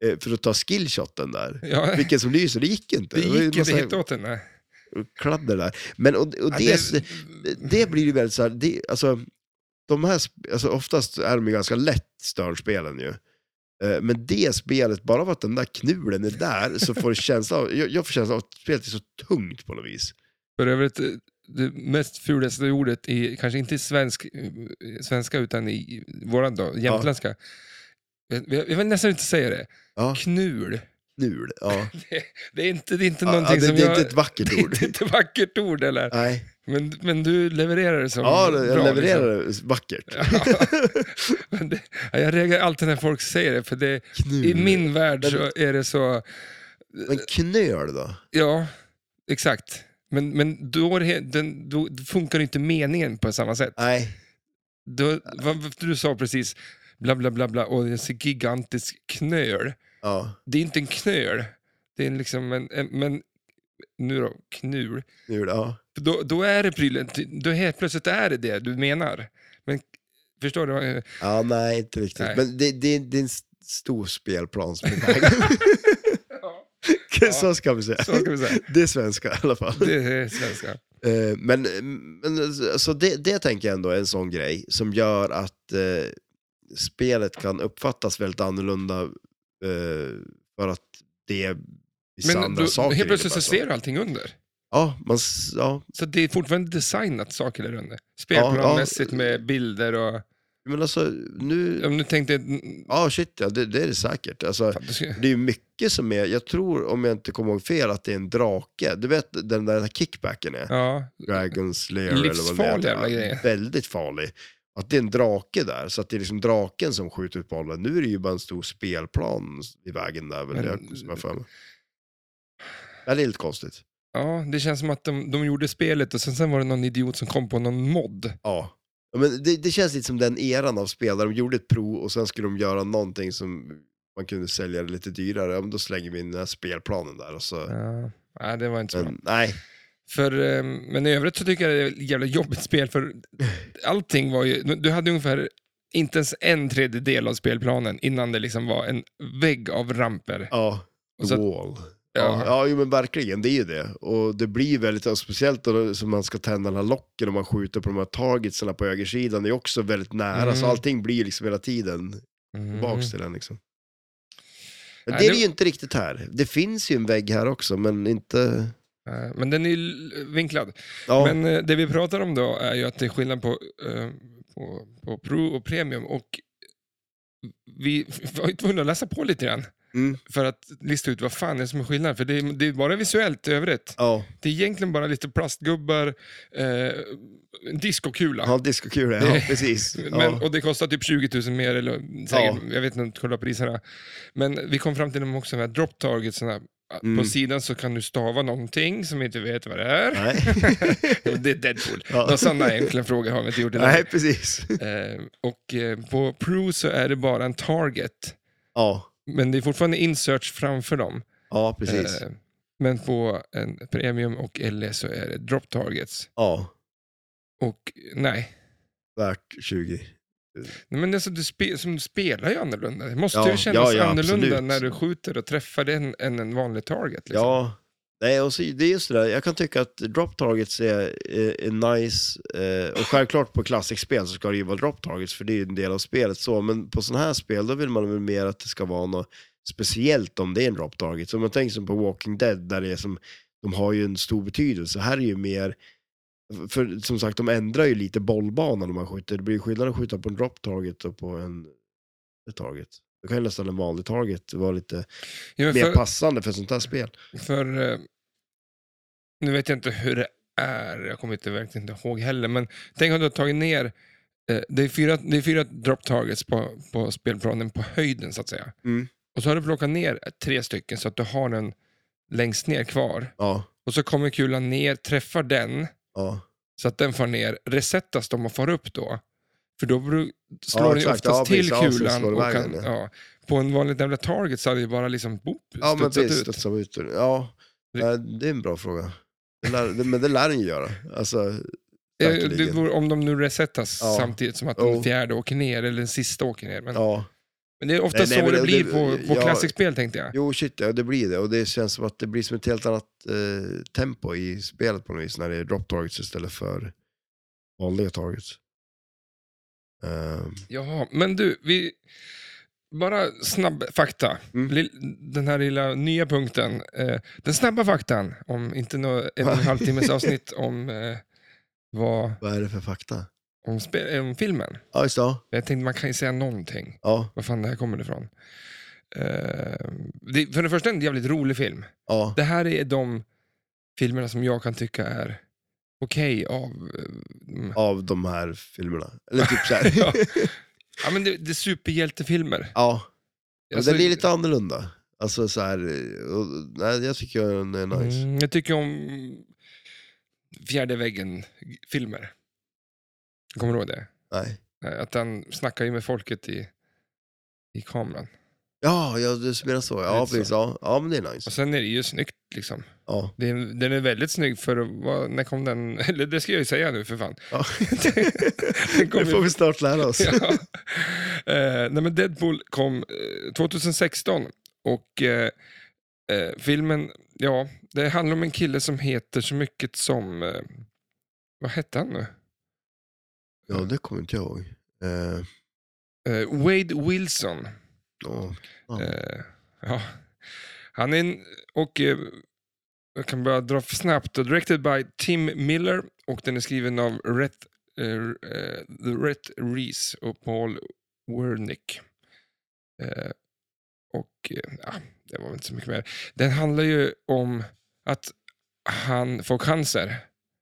eh, för att ta skillshoten där.
Ja,
Vilken som lyser, det gick inte.
det
var ju
gick inte
massa
hit åt den. nej.
Kladder där. Men och, och
Ja,
det, det blir ju väldigt så här, det, alltså, de här, sp- alltså oftast är de ju ganska lätt störnspelen ju. Eh, Men det spelet, bara för att den där knulen är där, så får du känsla av, jag, jag får känslan av att spelet är så tungt på något vis.
För övrigt, eh, det mest fulaste ordet, i, kanske inte i svensk, eh, svenska utan i våran då, jämtländska. Jag, jag jag vill nästan inte säga det.
Ja,
Knul.
knul. Ja.
Det är inte, det är inte
Ja,
någonting
ja, det,
som
det är
jag...
inte ett vackert ord.
Det är inte ett vackert ord eller?
Nej.
Men, men du levererar det som
Ja, det- jag
bra,
levererar det vackert.
Liksom. Men det, ja, jag reagerar alltid när folk säger det, för det,
Knul.
i min värld så är det så...
Men knöl då?
Ja, exakt. Men, men då, är det, den, då funkar inte meningen på samma sätt.
Nej.
Då, vad, vad du sa precis, bla bla bla, bla och det är en så gigantisk knöl.
Ja,
Det är inte en knöl, det är en liksom en, en men nu då, knul.
knul. Ja.
Då, då är det prylen, då helt plötsligt är det det du menar. Men förstår du? vad jag-
ja, nej inte riktigt.
Nej.
Men det, det, det är en s- stor spelplan som är på väg. Så ska vi säga.
Så ska vi säga.
Det är svenska i alla fall.
Det är svenska.
Eh, Men, men så det, det tänker jag ändå är en sån grej som gör att eh, spelet kan uppfattas väldigt annorlunda eh, för att det är vissa
Men
andra
då,
saker.
helt plötsligt så
innebär
ser du allting under.
Ja, man, s- ja,
Så det är fortfarande designat saker där under. Spelplanmässigt med bilder och...
men alltså nu...
Om du tänkte...
Ja, shit ja, det, det är det säkert. Alltså,
Fan, du ska-
det är ju mycket som är, jag tror om jag inte kommer ihåg fel att det är en drake. Du vet den där kickbacken är?
Ja,
Dragon Slayer
Livsfarlig
eller
jävla
vad det
grej.
är. Väldigt farlig. Att det är en drake där, så att det är liksom draken som skjuter ut bollen. Nu är det ju bara en stor spelplan i vägen där, väl,
Men-
jag, som jag för mig. Ja, Det är lite konstigt.
Ja, det känns som att de, de gjorde spelet och sen, sen var det någon idiot som kom på någon mod.
Ja. Ja, Men det, det känns lite som den eran av spel där de gjorde ett prov och sen skulle de göra någonting som man kunde sälja det lite dyrare. Ja, men då slänger vi in den här spelplanen där och så...
Ja, nej, det var inte så bra.
Men, nej,
För, eh, men i övrigt så tycker jag det är ett jävla jobbigt spel för allting var ju... Du hade ungefär inte ens en tredjedel av spelplanen innan det liksom var en vägg av ramper.
ja.
Och
The
så-
wall. Ja,
Ja.
ja jo, men verkligen, det är ju det. Och det blir väldigt, och speciellt då som man ska tända den här locken och man skjuter på de här targetsarna på högersidan, det är också väldigt nära,
Mm.
så allting blir ju liksom hela tiden
Mm.
tillbaks till den liksom. Men
Nej,
det är
det-
det ju inte riktigt här. Det finns ju en vägg här också, men inte...
Eh, Men den är ju l- vinklad.
Ja,
Men eh, det vi pratar om då är ju att det är skillnad på, eh, på, på Pro och Premium. Och vi var ju tvungna att läsa på lite grann
Mm.
för att lista ut vad fan är det som är skillnaden. För det är, det är bara visuellt i övrigt.
ja.
Det är egentligen bara lite plastgubbar, eh, en diskokula.
ja diskokula, ja
Det-
precis. Ja.
Men, och det kostar typ 20 000 mer, eller säkert, jag vet inte, kolla priserna. Men vi kom fram till dem också, de här drop targets, såna här, på
Mm.
sidan så kan du stava någonting som vi inte vet vad det är.
Nej.
det är Deadpool.
Ja.
Några sådana enkla frågor har vi inte gjort idag.
Nej, precis.
Eh, och eh, på Pro så är det bara en target,
Ja,
men det är fortfarande insearch framför dem.
ja precis.
Eh, men på en Premium och LS så är det drop targets.
Ja,
Och eh, nej,
värt 20.
Nej, Men alltså, du, spe, som du spelar ju annorlunda. Det måste
Ja,
ju kännas
ja, ja,
annorlunda
absolut.
när du skjuter och träffar den än en vanlig target. Liksom.
Ja, nej, och så, det är just det där. Jag kan tycka att drop targets är, är, är nice. Eh, och självklart på klassikspel så ska det ju vara drop targets, för det är ju en del av spelet. så Men på sådana här spel, då vill man väl mer att det ska vara något speciellt om det är en drop target. Så om man tänker som på Walking Dead, där det är som, de har ju en stor betydelse. Här är ju mer, för som sagt, de ändrar ju lite bollbanan när man skjuter. Det blir ju skillnad att skjuta på en drop target och på en ett target. Då kan ju nästan en vanlig target vara lite
Ja, men
mer
för,
passande för ett sånt här spel.
för, eh, nu vet jag inte hur det är, jag kommer inte, verkligen inte ihåg heller, men tänk om du har tagit ner eh, det är, fyra, det är fyra drop targets på, på spelplanen på höjden så att säga.
Mm.
Och så har du plockat ner tre stycken så att du har den längst ner kvar.
Ja.
Och så kommer kulan ner, träffar den
Ja,
så att den far ner. Resettas de och far upp då. För då bru- slår
Ja,
den ju
exakt.
oftast
Ja,
till
precis. Ja, så
kulan.
slår det
och
iväg
kan,
den,
ja. På en vanlig jävla target så hade det ju bara liksom boop,
ja men
studsat
precis,
ut.
studsar ut ur Ja, eh, det är en bra fråga. Det lär, det, men det lär den ju göra. Alltså,
Eh, Det
säkerligen.
vore om de nu resetas
Ja.
samtidigt som att den
Jo.
fjärde åker ner eller den sista åker ner. Men,
ja.
Men det är ofta
Nej, nej,
så
men
det,
det-
blir
det-
på, på
ja.
klassikspel tänkte jag.
Jo, shit, ja, det blir det. Och det känns som att det blir som ett helt annat eh, tempo i spelet på något vis när det är drop targets istället för vanliga targets. Ehm,
Jaha, men du, vi... Bara snabb fakta.
Mm.
Lill- Den här lilla nya punkten. Eh, den snabba faktan, om inte nå en och en halv timmes avsnitt om, eh, vad,
vad är det för fakta?
om, spe- om filmen.
Ja, just det. ja.
Jag tänkte man kan ju säga någonting.
Ja,
Vad fan det här kommer ifrån. Eh, det, för det första är det en jävligt rolig film.
ja.
Det här är de filmerna som jag kan tycka är okej av... eh,
Av de här filmerna. Eller typ så här.
Ja. Ja, men det, det är superhjältefilmer.
ja. Men
Alltså-
den är lite annorlunda. Alltså så här, eh, och, nej, jag tycker den är nice.
Mm, jag tycker om fjärde väggen-filmer. Kommer du ihåg det?
Nej.
Eh, Att han snackar ju med folket i, i kameran.
Ja, ja, du menar så. Ja,
Lite så.
precis. Ja. ja, men det är
Och
nice.
sen är det ju snyggt liksom.
Ja.
Det är, den är väldigt snygg för att vara- när kom den, eller det ska jag ju säga nu för fan.
ja.
Den kom
Det får
ju-
vi snart lära oss.
ja. eh, nej men Deadpool kom eh, 2016 och eh, eh, filmen, ja, det handlar om en kille som heter så mycket som, eh, vad hette han nu?
Ja, det kommer inte jag ihåg. Eh,
Eh, Wade Wilson.
ja. Ja.
Eh, ja. Han är en, och eh, jag kan bara dra för snabbt. Directed by Tim Miller och den är skriven av Rhett, eh, eh, Rhett Reese och Paul Wernick. Eh, och eh, ja, det var väl inte så mycket mer. Den handlar ju om att han får cancer.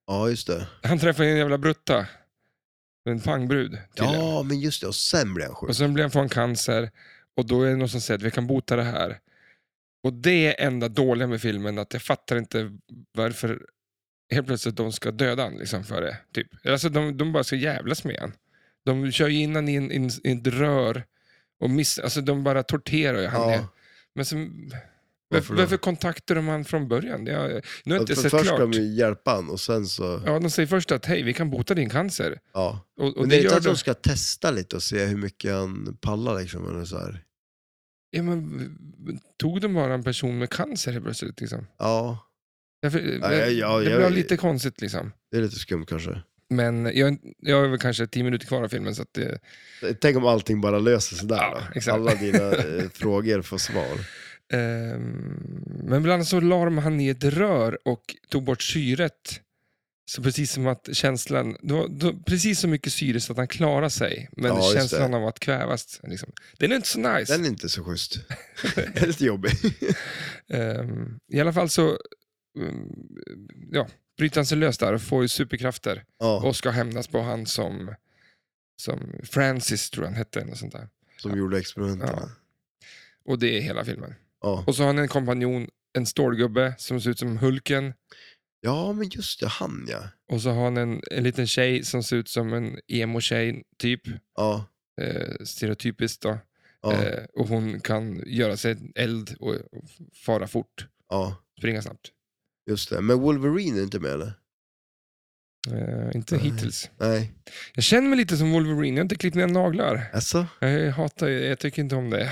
ja, just det.
Han träffar en jävla brutta. En pangbrud. tydligen.
Ja, men just det. Och sen blev han sjuk.
Och sen blev han från cancer och då är det någon som säger att vi kan bota det här. Och det är enda dåliga med filmen, att jag fattar inte varför helt plötsligt de ska döda han liksom för det. Typ. Alltså de, de bara ska jävlas med han. De kör ju in han i, en, in, i ett rör och miss, alltså de bara torterar ju han.
ja.
Men sen,
Varför
varför,
då?
varför kontaktar de han från början? Jag, nu har jag inte
För
sett
först ska
klart.
de ju hjälpa han och sen så... Ja.
Ja, de säger först att hej, vi kan bota din cancer. Och, och det
Men det är inte
gör
att de
de.
ska testa lite och se hur mycket han pallar liksom. Eller så här.
Ja, men, tog de bara en person med cancer helt plötsligt? Liksom?
Ja,
Därför,
Ja, ja, ja,
det
jag-
blev lite konstigt liksom.
det är lite skumt kanske.
Men jag, jag har väl kanske tio minuter kvar av filmen så att det,
Tänk om allting bara löser sig där
Ja,
då.
exakt.
Alla dina eh, frågor får svar.
ehm, Men bland annat så la de han i ett rör och tog bort syret. Så precis som att känslan, det var, det var precis så mycket syre så att han klarar sig. Men
Ja, just
känslan av att kvävas, liksom, den är inte så nice.
Den är inte så schysst. Den är lite jobbig.
Ehm, I alla fall så um, ja, bryter han sig lös där och får ju superkrafter.
Ja,
Och ska hämnas på han som, som Francis tror jag han hette. Eller något sånt där.
som gjorde experimenten.
Och det är hela filmen.
Ja.
Och så har han en kompanjon, en stålgubbe som ser ut som Hulken.
ja, men just det. Han ja.
Och så har han en, en liten tjej som ser ut som en emo-tjej, typ.
Ja,
Eh, stereotypiskt då.
ja,
Eh, och hon kan göra sig eld och, och fara fort.
ja.
Springa snabbt.
Just det. Men Wolverine är inte med eller?
Eh, inte
Nej.
hittills.
Nej.
Jag känner mig lite som Wolverine, jag har inte klippt mina naglar.
Alltså,
Jag hatar ju- jag tycker inte om det.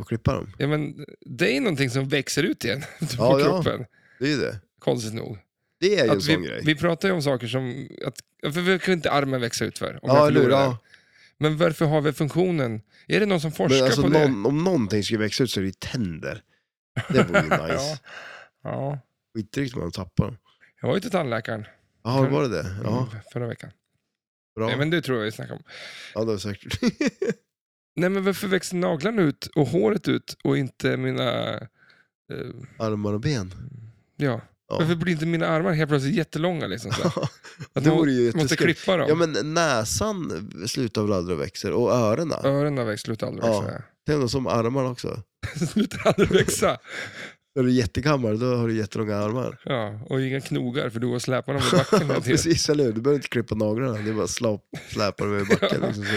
och klippa dem.
Ja, men, det är någonting som växer ut igen på
Ja, ja.
kroppen,
Det är ju det.
konstigt nog.
Det är ju en
Att vi,
sån grej.
vi pratar ju om saker som... Att, för vi kan inte armen växa ut för? Om
ja,
jag
eller hur?
förlorar
Ja.
den. Men varför har vi funktionen? Är det någon som forskar
Men alltså,
på det?
någon, om någonting skulle växa ut så är det ju tänder. Det vore ju
ja.
nice.
ja.
Skitdrygt om man tappar dem.
Jag var ju till tandläkaren
Jaha, var det det? Ja,
mm, förra veckan.
bra.
Nej, men det tror jag vi snackade om.
Ja, det var säkert.
Nej, men varför växer naglarna ut och håret ut och inte mina... eh,
Armar och ben.
ja.
Ja.
Varför blir inte mina armar helt plötsligt jättelånga? Liksom, så här? Att
det
man
vore ju
måste
jätteskumt.
klippa dem.
Ja, men näsan slutar väl aldrig växa och öronen.
Öronen har växt, slutar aldrig
Ja.
växa.
Tänk om som armarna också.
slutar aldrig växa.
Är du jättegammal, då har du jättelånga armar.
Ja, och inga knogar för du går och släpar dem i backen hela
Ja,
tiden.
precis, eller hur? Du behöver inte klippa naglarna, det är bara slap, släpar med backen. Liksom, så.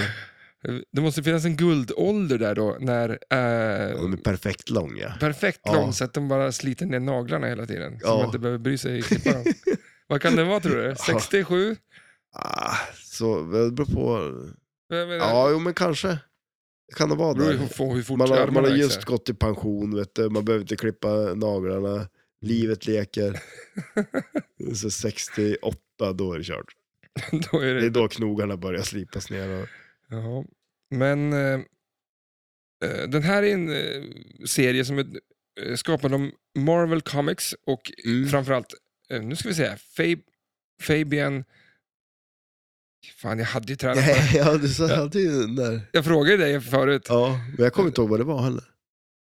Det måste finnas en guldålder där då, när
Ja,
eh,
De är perfekt långa.
perfekt
Mm. Ja.
lång så att de bara sliter ner naglarna hela tiden. Så
Ja.
man inte behöver bry sig och klippa dem. Vad kan det vara tror du? 67?
Ah, så, det beror på.
Jag menar,
Ja, jo men kanske. kan det liksom. vara
Det beror
där?
ju på hur fort
Man har, man
armarna
har
växer.
just gått i pension, vet du. man behöver inte klippa naglarna, livet leker. Så 68, då är det kört.
Då är
Det är
det...
då knogarna börjar slipas ner. Och...
Ja. Men eh, eh, den här är en eh, serie som är eh, skapad av Marvel Comics och
Mm.
framförallt, eh, nu ska vi säga, Fab Fabian... Fan, jag hade ju tränat på det.
Nej, ja, du sa alltid den där.
Jag frågade dig förut.
Ja, men jag kommer inte ihåg vad det var heller.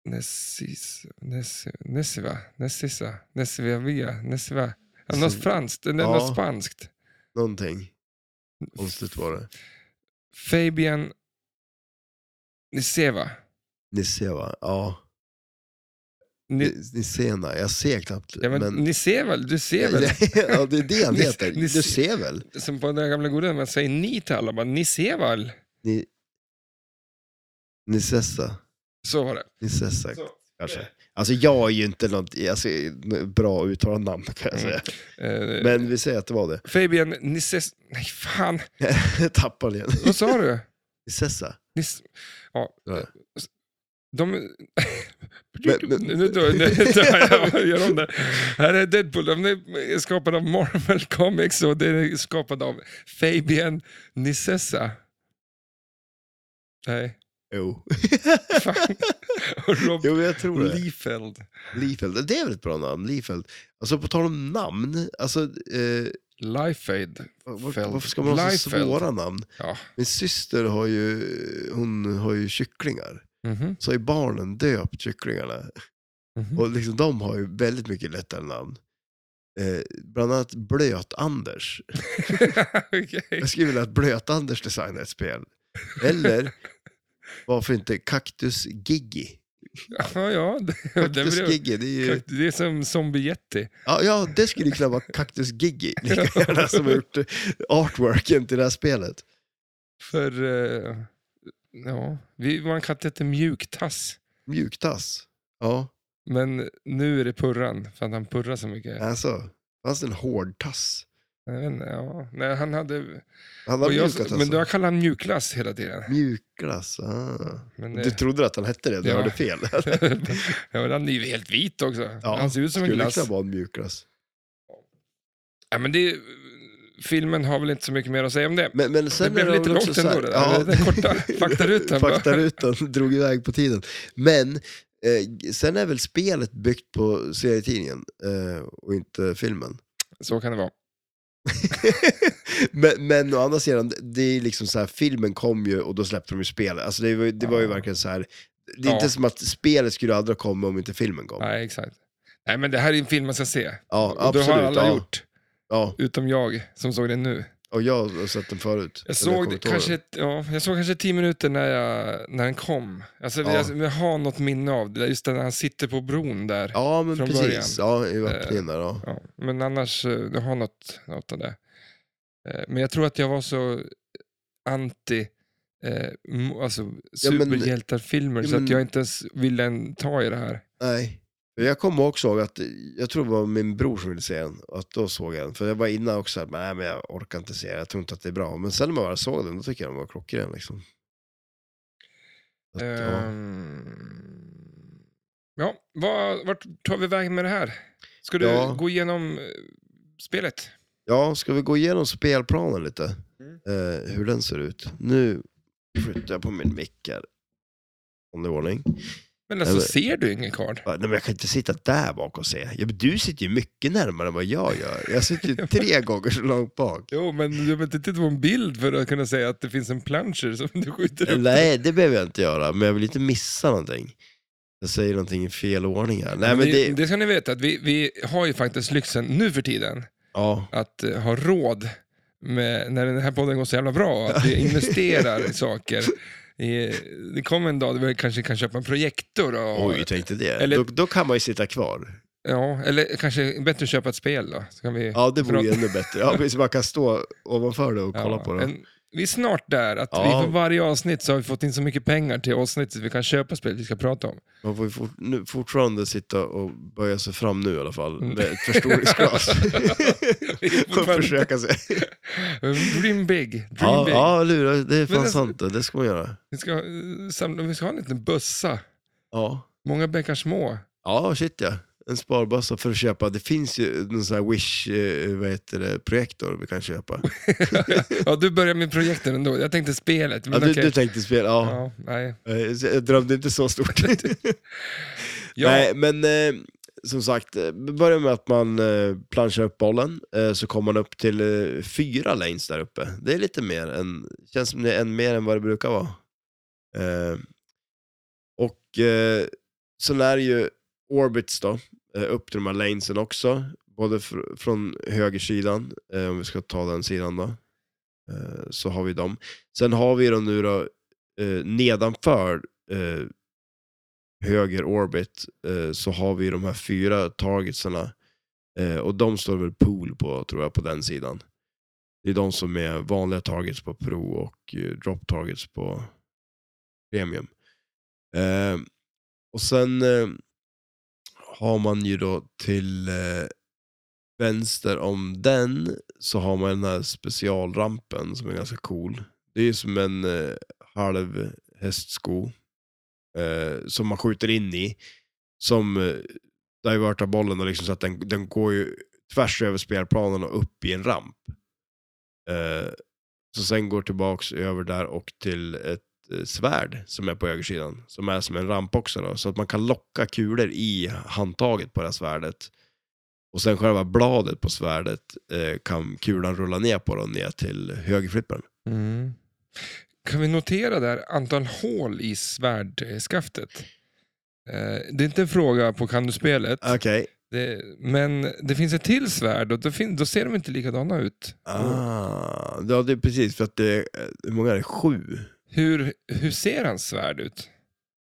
Nessis, Nessi, Nessiva, Nessisa, Nessivavia, Nessiva. Ja, något franskt, det är
Ja.
något spanskt.
Någonting konstigt var det.
Fabian Niseva.
Nisse va? Ja.
Ni,
Ni- Nissena, jag ser knappt.
ja, men,
Eh, men...
Niseva, du ser väl?
ja, det är det han
Nis-
heter. Du
Nisse-
ser väl?
Som på den gamla goda, man säger ni till alla, bara Niseval.
Ni... Nissessa.
Så var det.
Nissessa
Så.
kanske. Alltså jag är ju inte något alltså, bra att uttala namn kan
Mm,
jag säga.
Eh,
Men vi säger att det var det.
Fabian Nises... Nej, fan.
Jag tappar det igen.
Vad sa du?
Nissessa.
Nis... Ja.
Ja.
De...
Men- men-
Nu dör nu dör jag. jag gör om det. Här är Deadpool. De är skapade av Marvel Comics och det är skapad av Fabian Nisessa. Nej,
Jo.
fan. Och Rob
jo, men jag tror det.
Liefeld.
Liefeld. Det är väl ett bra namn, Liefeld. Alltså på tal om namn, alltså, eh,
Lifeaid.
var,
Feld.
varför ska man ha så
Liefeld.
svåra namn?
Ja.
Min syster har ju, hon har ju kycklingar.
Mhm,
Så har ju barnen döpt kycklingarna.
mhm.
Och liksom, de har ju väldigt mycket lättare namn. Eh, bland annat Blöt-Anders.
Okej.
Jag skulle vilja att Blöt-Anders designar ett spel. Eller varför inte Kaktus Giggi?
Ja, ja. Det, det,
Kaktus
blir,
Giggi, det är ju...
det är som Zombie Yeti.
Ja, ja, det skulle ju kunna vara Kaktus Giggi, lika gärna som har gjort artworken till det här spelet.
För, eh, ja, vi var en katt hette Mjuktass.
Mjuktass. Ja,
Men nu är det Purran, för att han purrar så mycket.
alltså. Fanns det en hård tass?
Jag vet inte, ja. Nej, han hade...
Han var
Och jag,
mjukat alltså.
men då kallar han mjukglass hela tiden.
Mjukglass, ah.
Men
Du
det,
trodde att han hette det, du
Ja.
hörde fel.
ja, men han är ju helt vit också.
Ja,
han ser ut som en
Skulle det
glass.
kunna vara en mjukglass.
Ja, men det, filmen har väl inte så mycket mer att säga om det.
Men, men sen
Det blev
är
lite
väl också
långt
så här-
ändå det där. Den korta faktarutan bara.
faktarutan drog iväg på tiden. Men eh, sen är väl spelet byggt på serietidningen eh, och inte filmen.
Så kan det vara.
men, men å andra sidan, det är liksom så här, filmen kom ju och då släppte de ju spelet. Alltså det, var ju- det var ju
Ja.
verkligen så här. Det är
Ja.
inte som att spelet skulle aldrig komma om inte filmen kom.
Nej, exakt. Nej, men det här är en film man ska se.
Ja,
Och
absolut.
det har alla
ja.
gjort,
Ja,
utom jag som såg den nu.
och jag har sett den förut.
Jag
Eller
såg,
kommer
det,
inte ihåg
kanske,
den.
ett- ja, jag såg kanske tio minuter när, jag, när den kom. Alltså,
Ja.
jag, jag har något minne av det, där, just när han sitter på bron där.
Ja, men
från Eh.
precis. Ja, i öppningen där. Ja.
Ja, men annars, eh, jag har något, något av det. Eh, Men jag tror att jag var så anti eh, mo- alltså,
Ja, men-
superhjältarfilmer
Ja,
så att
men-
jag inte ens ville en ta i det här.
Nej. Jag kommer också ihåg att, jag tror det var min bror som ville se den, och att då såg jag den. För jag var innan också att nej men jag orkar inte se den, jag tror inte att det är bra. Men sen när man väl såg den, då tycker jag den var klockren liksom. Att,
Eh.
ja.
Ehm, Ja, vad, vart tar vi vägen med det här? Ska du
Ja.
gå igenom eh, spelet?
ja, ska vi gå igenom spelplanen lite? Eh, hur den ser ut. Nu flyttar jag på min mick här. Om det är ordning.
Men alltså,
Eller-
ser du ingen kard?
Ja, Nej, men jag kan inte sitta där bak och se. Ja, men du sitter ju mycket närmare än vad jag gör. Jag sitter ju tre gånger så långt bak.
Jo, men du behöver inte titta på en bild för att kunna säga att det finns en plunger som du skjuter upp.
Eh, Nej, det behöver jag inte göra, men jag vill inte missa någonting. Jag säger någonting i fel ordning här. Nej, men
det,
det...
ska ni veta, att vi, vi har ju faktiskt lyxen nu för tiden
Ja,
att eh, ha råd med, när den här podden går så jävla bra, att vi investerar i saker. I, det kommer en dag då vi kanske kan köpa en projektor. Och,
oj, tänkte det.
Eller-
Då, då kan man ju sitta kvar.
Ja, eller kanske bättre att köpa ett spel då. Så kan vi
Ja, det vore
Förlåt.
ju ännu bättre. Ja, precis, man kan stå ovanför det och kolla
Ja,
på det.
En Vi är snart där, att
Ja.
vi för varje avsnitt så har vi fått in så mycket pengar till avsnittet vi kan köpa spel vi ska prata om.
Man får ju fort, nu, fortfarande sitta och böja sig fram nu i alla fall,
Mm.
med ett förstoringsglas. och försöka sig.
Dream big. Dream
Ja,
big.
ja lura, det är fan
Men det-
sant det. Det ska man göra.
Vi, ska, eh, samla, vi ska ha en liten bössa.
Ja,
Många bäckar små.
ja shit ja. En sparbössa för att köpa. Det finns ju någon sån här wish, eh, vad heter det, projektor vi kan köpa.
Ja, du börjar med projekten ändå. Jag tänkte spelet. Men
Ja, du,
okej.
du tänkte spel, ja.
ja, nej.
Eh, så Jag drömde inte så stort.
Ja,
Nej, men eh, som sagt, eh, börja med att man eh, planchar upp bollen, eh, så kommer man upp till eh, fyra lanes där uppe. Det är lite mer än, känns som det är en mer än vad det brukar vara. Eh, och eh, sen är det ju orbits då, eh, upp till de här lanesen också, både fr- från högersidan, eh, om vi ska ta den sidan då, eh, så har vi dem. Sen har vi dem nu då eh, nedanför eh, höger orbit eh, så har vi de här fyra targetsarna eh, och de står väl pool på tror jag på den sidan. Det är de som är vanliga targets på pro och eh, drop targets på premium. Eh, och sen eh, har man ju då till eh, vänster om den så har man den här specialrampen som är ganska cool. Det är ju som en eh, halv hästsko eh, som man skjuter in i, som eh, divertar bollen och liksom så att den, den går ju tvärs över spelplanen och upp i en ramp. Eh, så sen går tillbaks över där och till ett eh, svärd som är på högersidan, som är som en ramp också då, så att man kan locka kulor i handtaget på det här svärdet. Och sen själva bladet på svärdet eh, kan kulan rulla ner på då, ner till högerflippern.
Mm. Kan vi notera där antal hål i svärdskaftet? Eh, Det är inte en fråga på kan du-spelet,
Okej.
det- men det finns ett till svärd och då, fin- då ser de inte likadana ut.
Ah, ja, det är precis, för att det är, hur många är det? Sju?
Hur, hur ser hans svärd ut?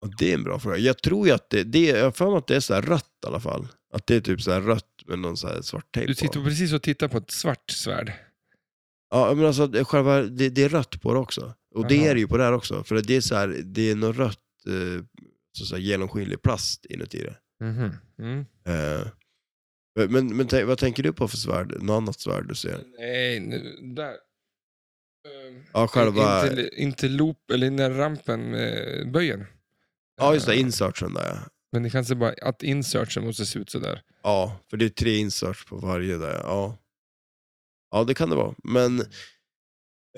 Ja, det är en bra fråga. Jag tror ju att det, det jag har för mig att det är så här rött i alla fall. Att det är typ så här rött med någon så här svart tejp
Du sitter
på.
precis och tittar på ett svart svärd.
Ja, men alltså det- själva, det, det är rött på det också. Och det
Aha.
är det ju på det här också. För det är så här, det är något rött, eh, så så här genomskinlig plast inuti det.
Mhm. Mm.
Eh, men men tänk- vad tänker du på för svärd? Något annat svärd du ser?
Nej, nu, där. Eh,
Ja, själva...
Inte, inte loop, eller den där rampen med böjen. Ehm,
Ja, just det, insertsen där ja.
Men det kanske bara att insertsen måste se ut sådär.
Ja, för det är tre inserts på varje där. Ja, ja det kan det vara. Men...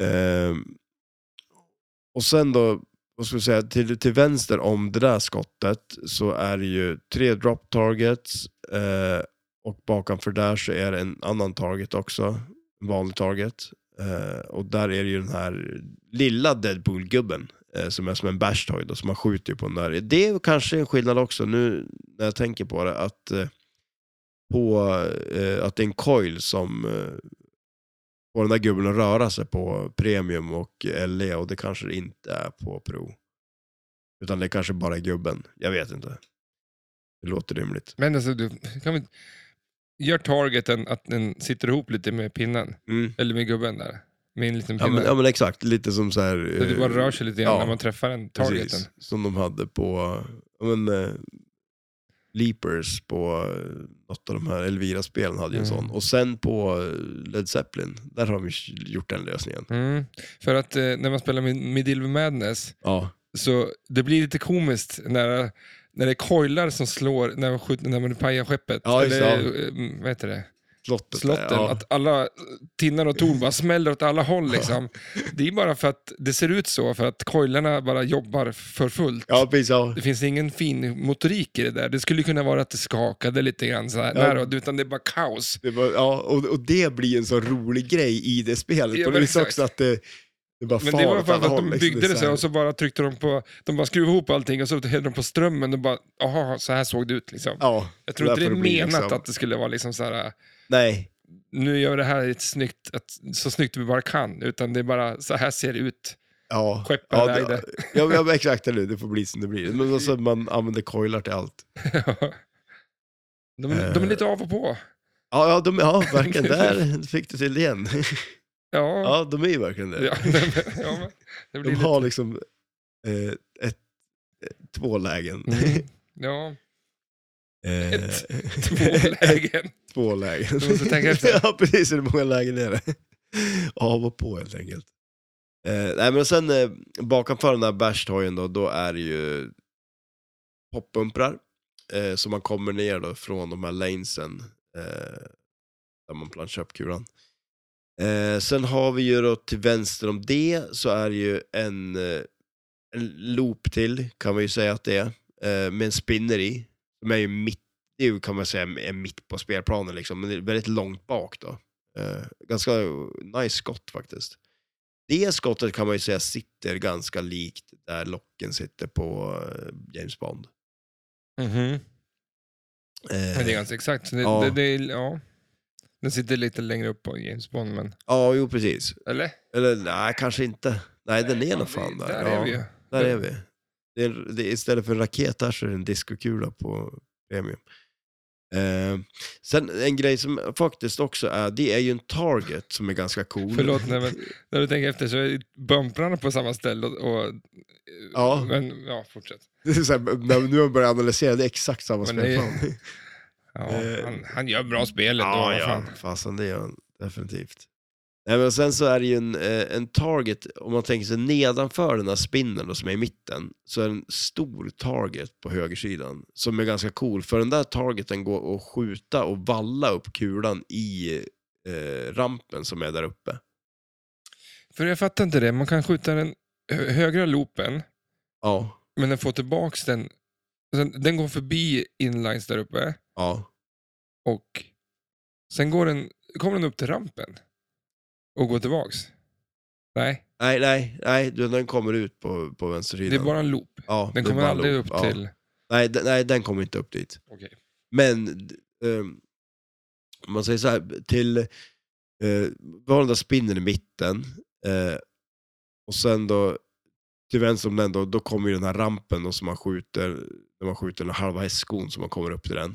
ehm, och sen då, vad ska jag säga, till, till vänster om det där skottet så är det ju tre drop targets eh, och bakanför där så är det en annan target också, en vanlig target. Eh, och där är det ju den här lilla Deadpool-gubben eh, som är som en bash toy då, som man skjuter på den där. Det är kanske en skillnad också nu när jag tänker på det, att eh, på eh, att det är en coil som eh, får den där gubben att röra sig på premium och LE och det kanske det inte är på pro. Utan det kanske bara är gubben. Jag vet inte. Det låter rimligt.
Men alltså, du, kan vi, gör targeten att den sitter ihop lite med pinnen,
Mm.
eller med gubben där. Med en liten
Ja,
pinne.
men, ja men exakt, lite som så här...
Så det bara
eh,
rör sig lite grann
ja,
när man träffar den targeten.
precis. Som de hade på, ja, men, eh, Leapers på eh, något av de här Elvira-spelen hade ju en
Mm.
sån. Och sen på eh, Led Zeppelin, där har de ju gjort den lösningen.
Mm. För att eh, när man spelar med Medieval Madness,
Ja.
så det blir lite komiskt när, när det är coilar som slår när man, skjuter, när man pajar skeppet.
Ja, just det,
eller, eh, vad heter det?
Slottet.
Slotten.
där, ja.
Att alla tinnar och torn bara smäller åt alla håll. Liksom. Det är bara för att det ser ut så, för att coilarna bara jobbar för fullt.
Ja, precis. Ja.
Det finns ingen fin motorik i det där. Det skulle kunna vara att det skakade lite grann, så här,
Ja.
nära, utan det är bara kaos.
Det var, ja, och, och det blir en så rolig grej i det spelet.
Ja,
på
men
det viset
exakt.
också att det, det bara
Men
far
det var
åt
för
alla
att
håll,
de
liksom.
byggde det
är
så här, och
här-
så bara tryckte de på, de bara skruvade ihop allting och så hällde de på strömmen och bara, aha, så här såg det ut liksom.
Ja,
Jag tror inte det
därför
är
blir
menat
liksom-
att det skulle vara liksom så här,
Nej,
nu gör vi det här i ett snyggt, ett, så snyggt vi bara kan, utan det är bara, så här ser det ut.
ja.
Skeppen
ja,
vägde.
det, ja, men- ja, men exakt. Eller hur? Det får bli som det blir. Men alltså, man använder coilar till allt.
De, de är lite av och på.
Ja, ja, de, ja verkligen. Där fick du till det igen.
Ja,
Ja, de är ju verkligen det.
ja. men- ja men, det blir
De
lite...
har liksom eh, ett, ett, två lägen.
Mm. Ja,
Eh,
Ett, två lägen.
två lägen.
Du måste tänka efter.
ja, precis. Hur många lägen är det? Av och på helt enkelt. Eh, nej, men sen eh, bakanför den här bärstojen då, då är det ju poppumprar. Eh, så man kommer ner då från de här lanesen eh, där man planchar upp kulan. Eh, sen har vi ju då till vänster om det så är det ju en, eh, en loop till kan man ju säga att det är. Eh, med en spinner i. Som är ju mitt det är ju, kan man säga är mitt på spelplanen liksom, men det är väldigt långt bak då. Eh, ganska nice skott faktiskt. Det skottet kan man ju säga sitter ganska likt där locken sitter på eh, James Bond.
Mhm.
Eh,
Men det är ganska exakt. Det,
Ja.
det, det, är- ja. Den sitter lite längre upp på James Bond, men...
Ja, jo precis.
Eller?
Eller nej, kanske inte. Nej, den är nog fan där.
Där
ja,
är vi ju.
Där är vi. Det är, det är, istället för en raket där så är det en diskokula på premium. Eh, sen en grej som faktiskt också är, det är ju en target som är ganska cool.
Förlåt, nej, men när du tänker efter så är bumprarna på samma ställe och... och
Ja.
Men, ja, fortsätt.
Det är så här, när, nu har jag börjat analysera, det är exakt samma
Men det är-
spelplan.
Ja,
Eh.
han, han gör bra spel ändå.
Ja,
vad
ja.
fan.
Fasen, det gör han definitivt. Nej, men sen så är det ju en, eh, en target, om man tänker sig nedanför den här spinnen då, som är i mitten, så är det en stor target på högersidan som är ganska cool. För den där targeten går att skjuta och valla upp kulan i eh, rampen som är där uppe.
För jag fattar inte det. Man kan skjuta den hö- högra loopen,
Ja,
men den får tillbaks den. Sen, den går förbi inlines där uppe
ja.
och sen går den, kommer den upp till rampen och går tillbaks. Nej,
Nej, nej, nej, du, den kommer ut på, på
det
vänstersidan.
är bara en loop.
ja,
Den
det är
kommer
bara
aldrig
loop.
upp
Ja.
till...
Nej, den, nej, den kommer inte upp dit.
Okej.
Men, d- ehm, om man säger så här, till, eh, vi har den där spinnen i mitten, eh, och sen då, till vänster om den då, då kommer ju den här rampen då som man skjuter, när man skjuter den halva hästskon som man kommer upp till den,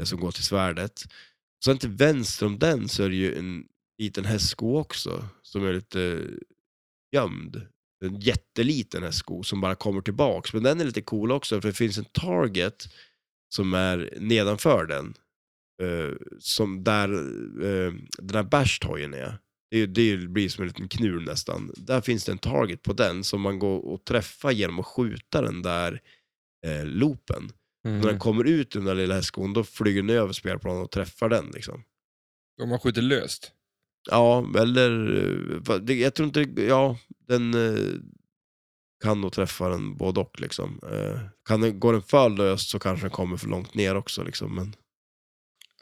eh, som går till svärdet. Sen till vänster om den så är det ju en liten hästsko också, som är lite gömd. En jätteliten hästsko som bara kommer tillbaks, men den är lite cool också, för det finns en target som är nedanför den. eh, som där eh, den här bärstojen är. Det, är ju- det är ju- blir som en liten knul nästan. Där finns det en target på den som man går och träffar genom att skjuta den där eh, loopen. När den
Mm.
kommer ut ur den där lilla hästskon, då flyger den över spelplanen och träffar den. Liksom.
Om man skjuter löst.
Ja, eller... eh, va- det- Jag tror inte... Ja, den eh, kan nog träffa den både och. Liksom. Eh, Kan den, går den för löst så kanske den kommer för långt ner också. Liksom, men...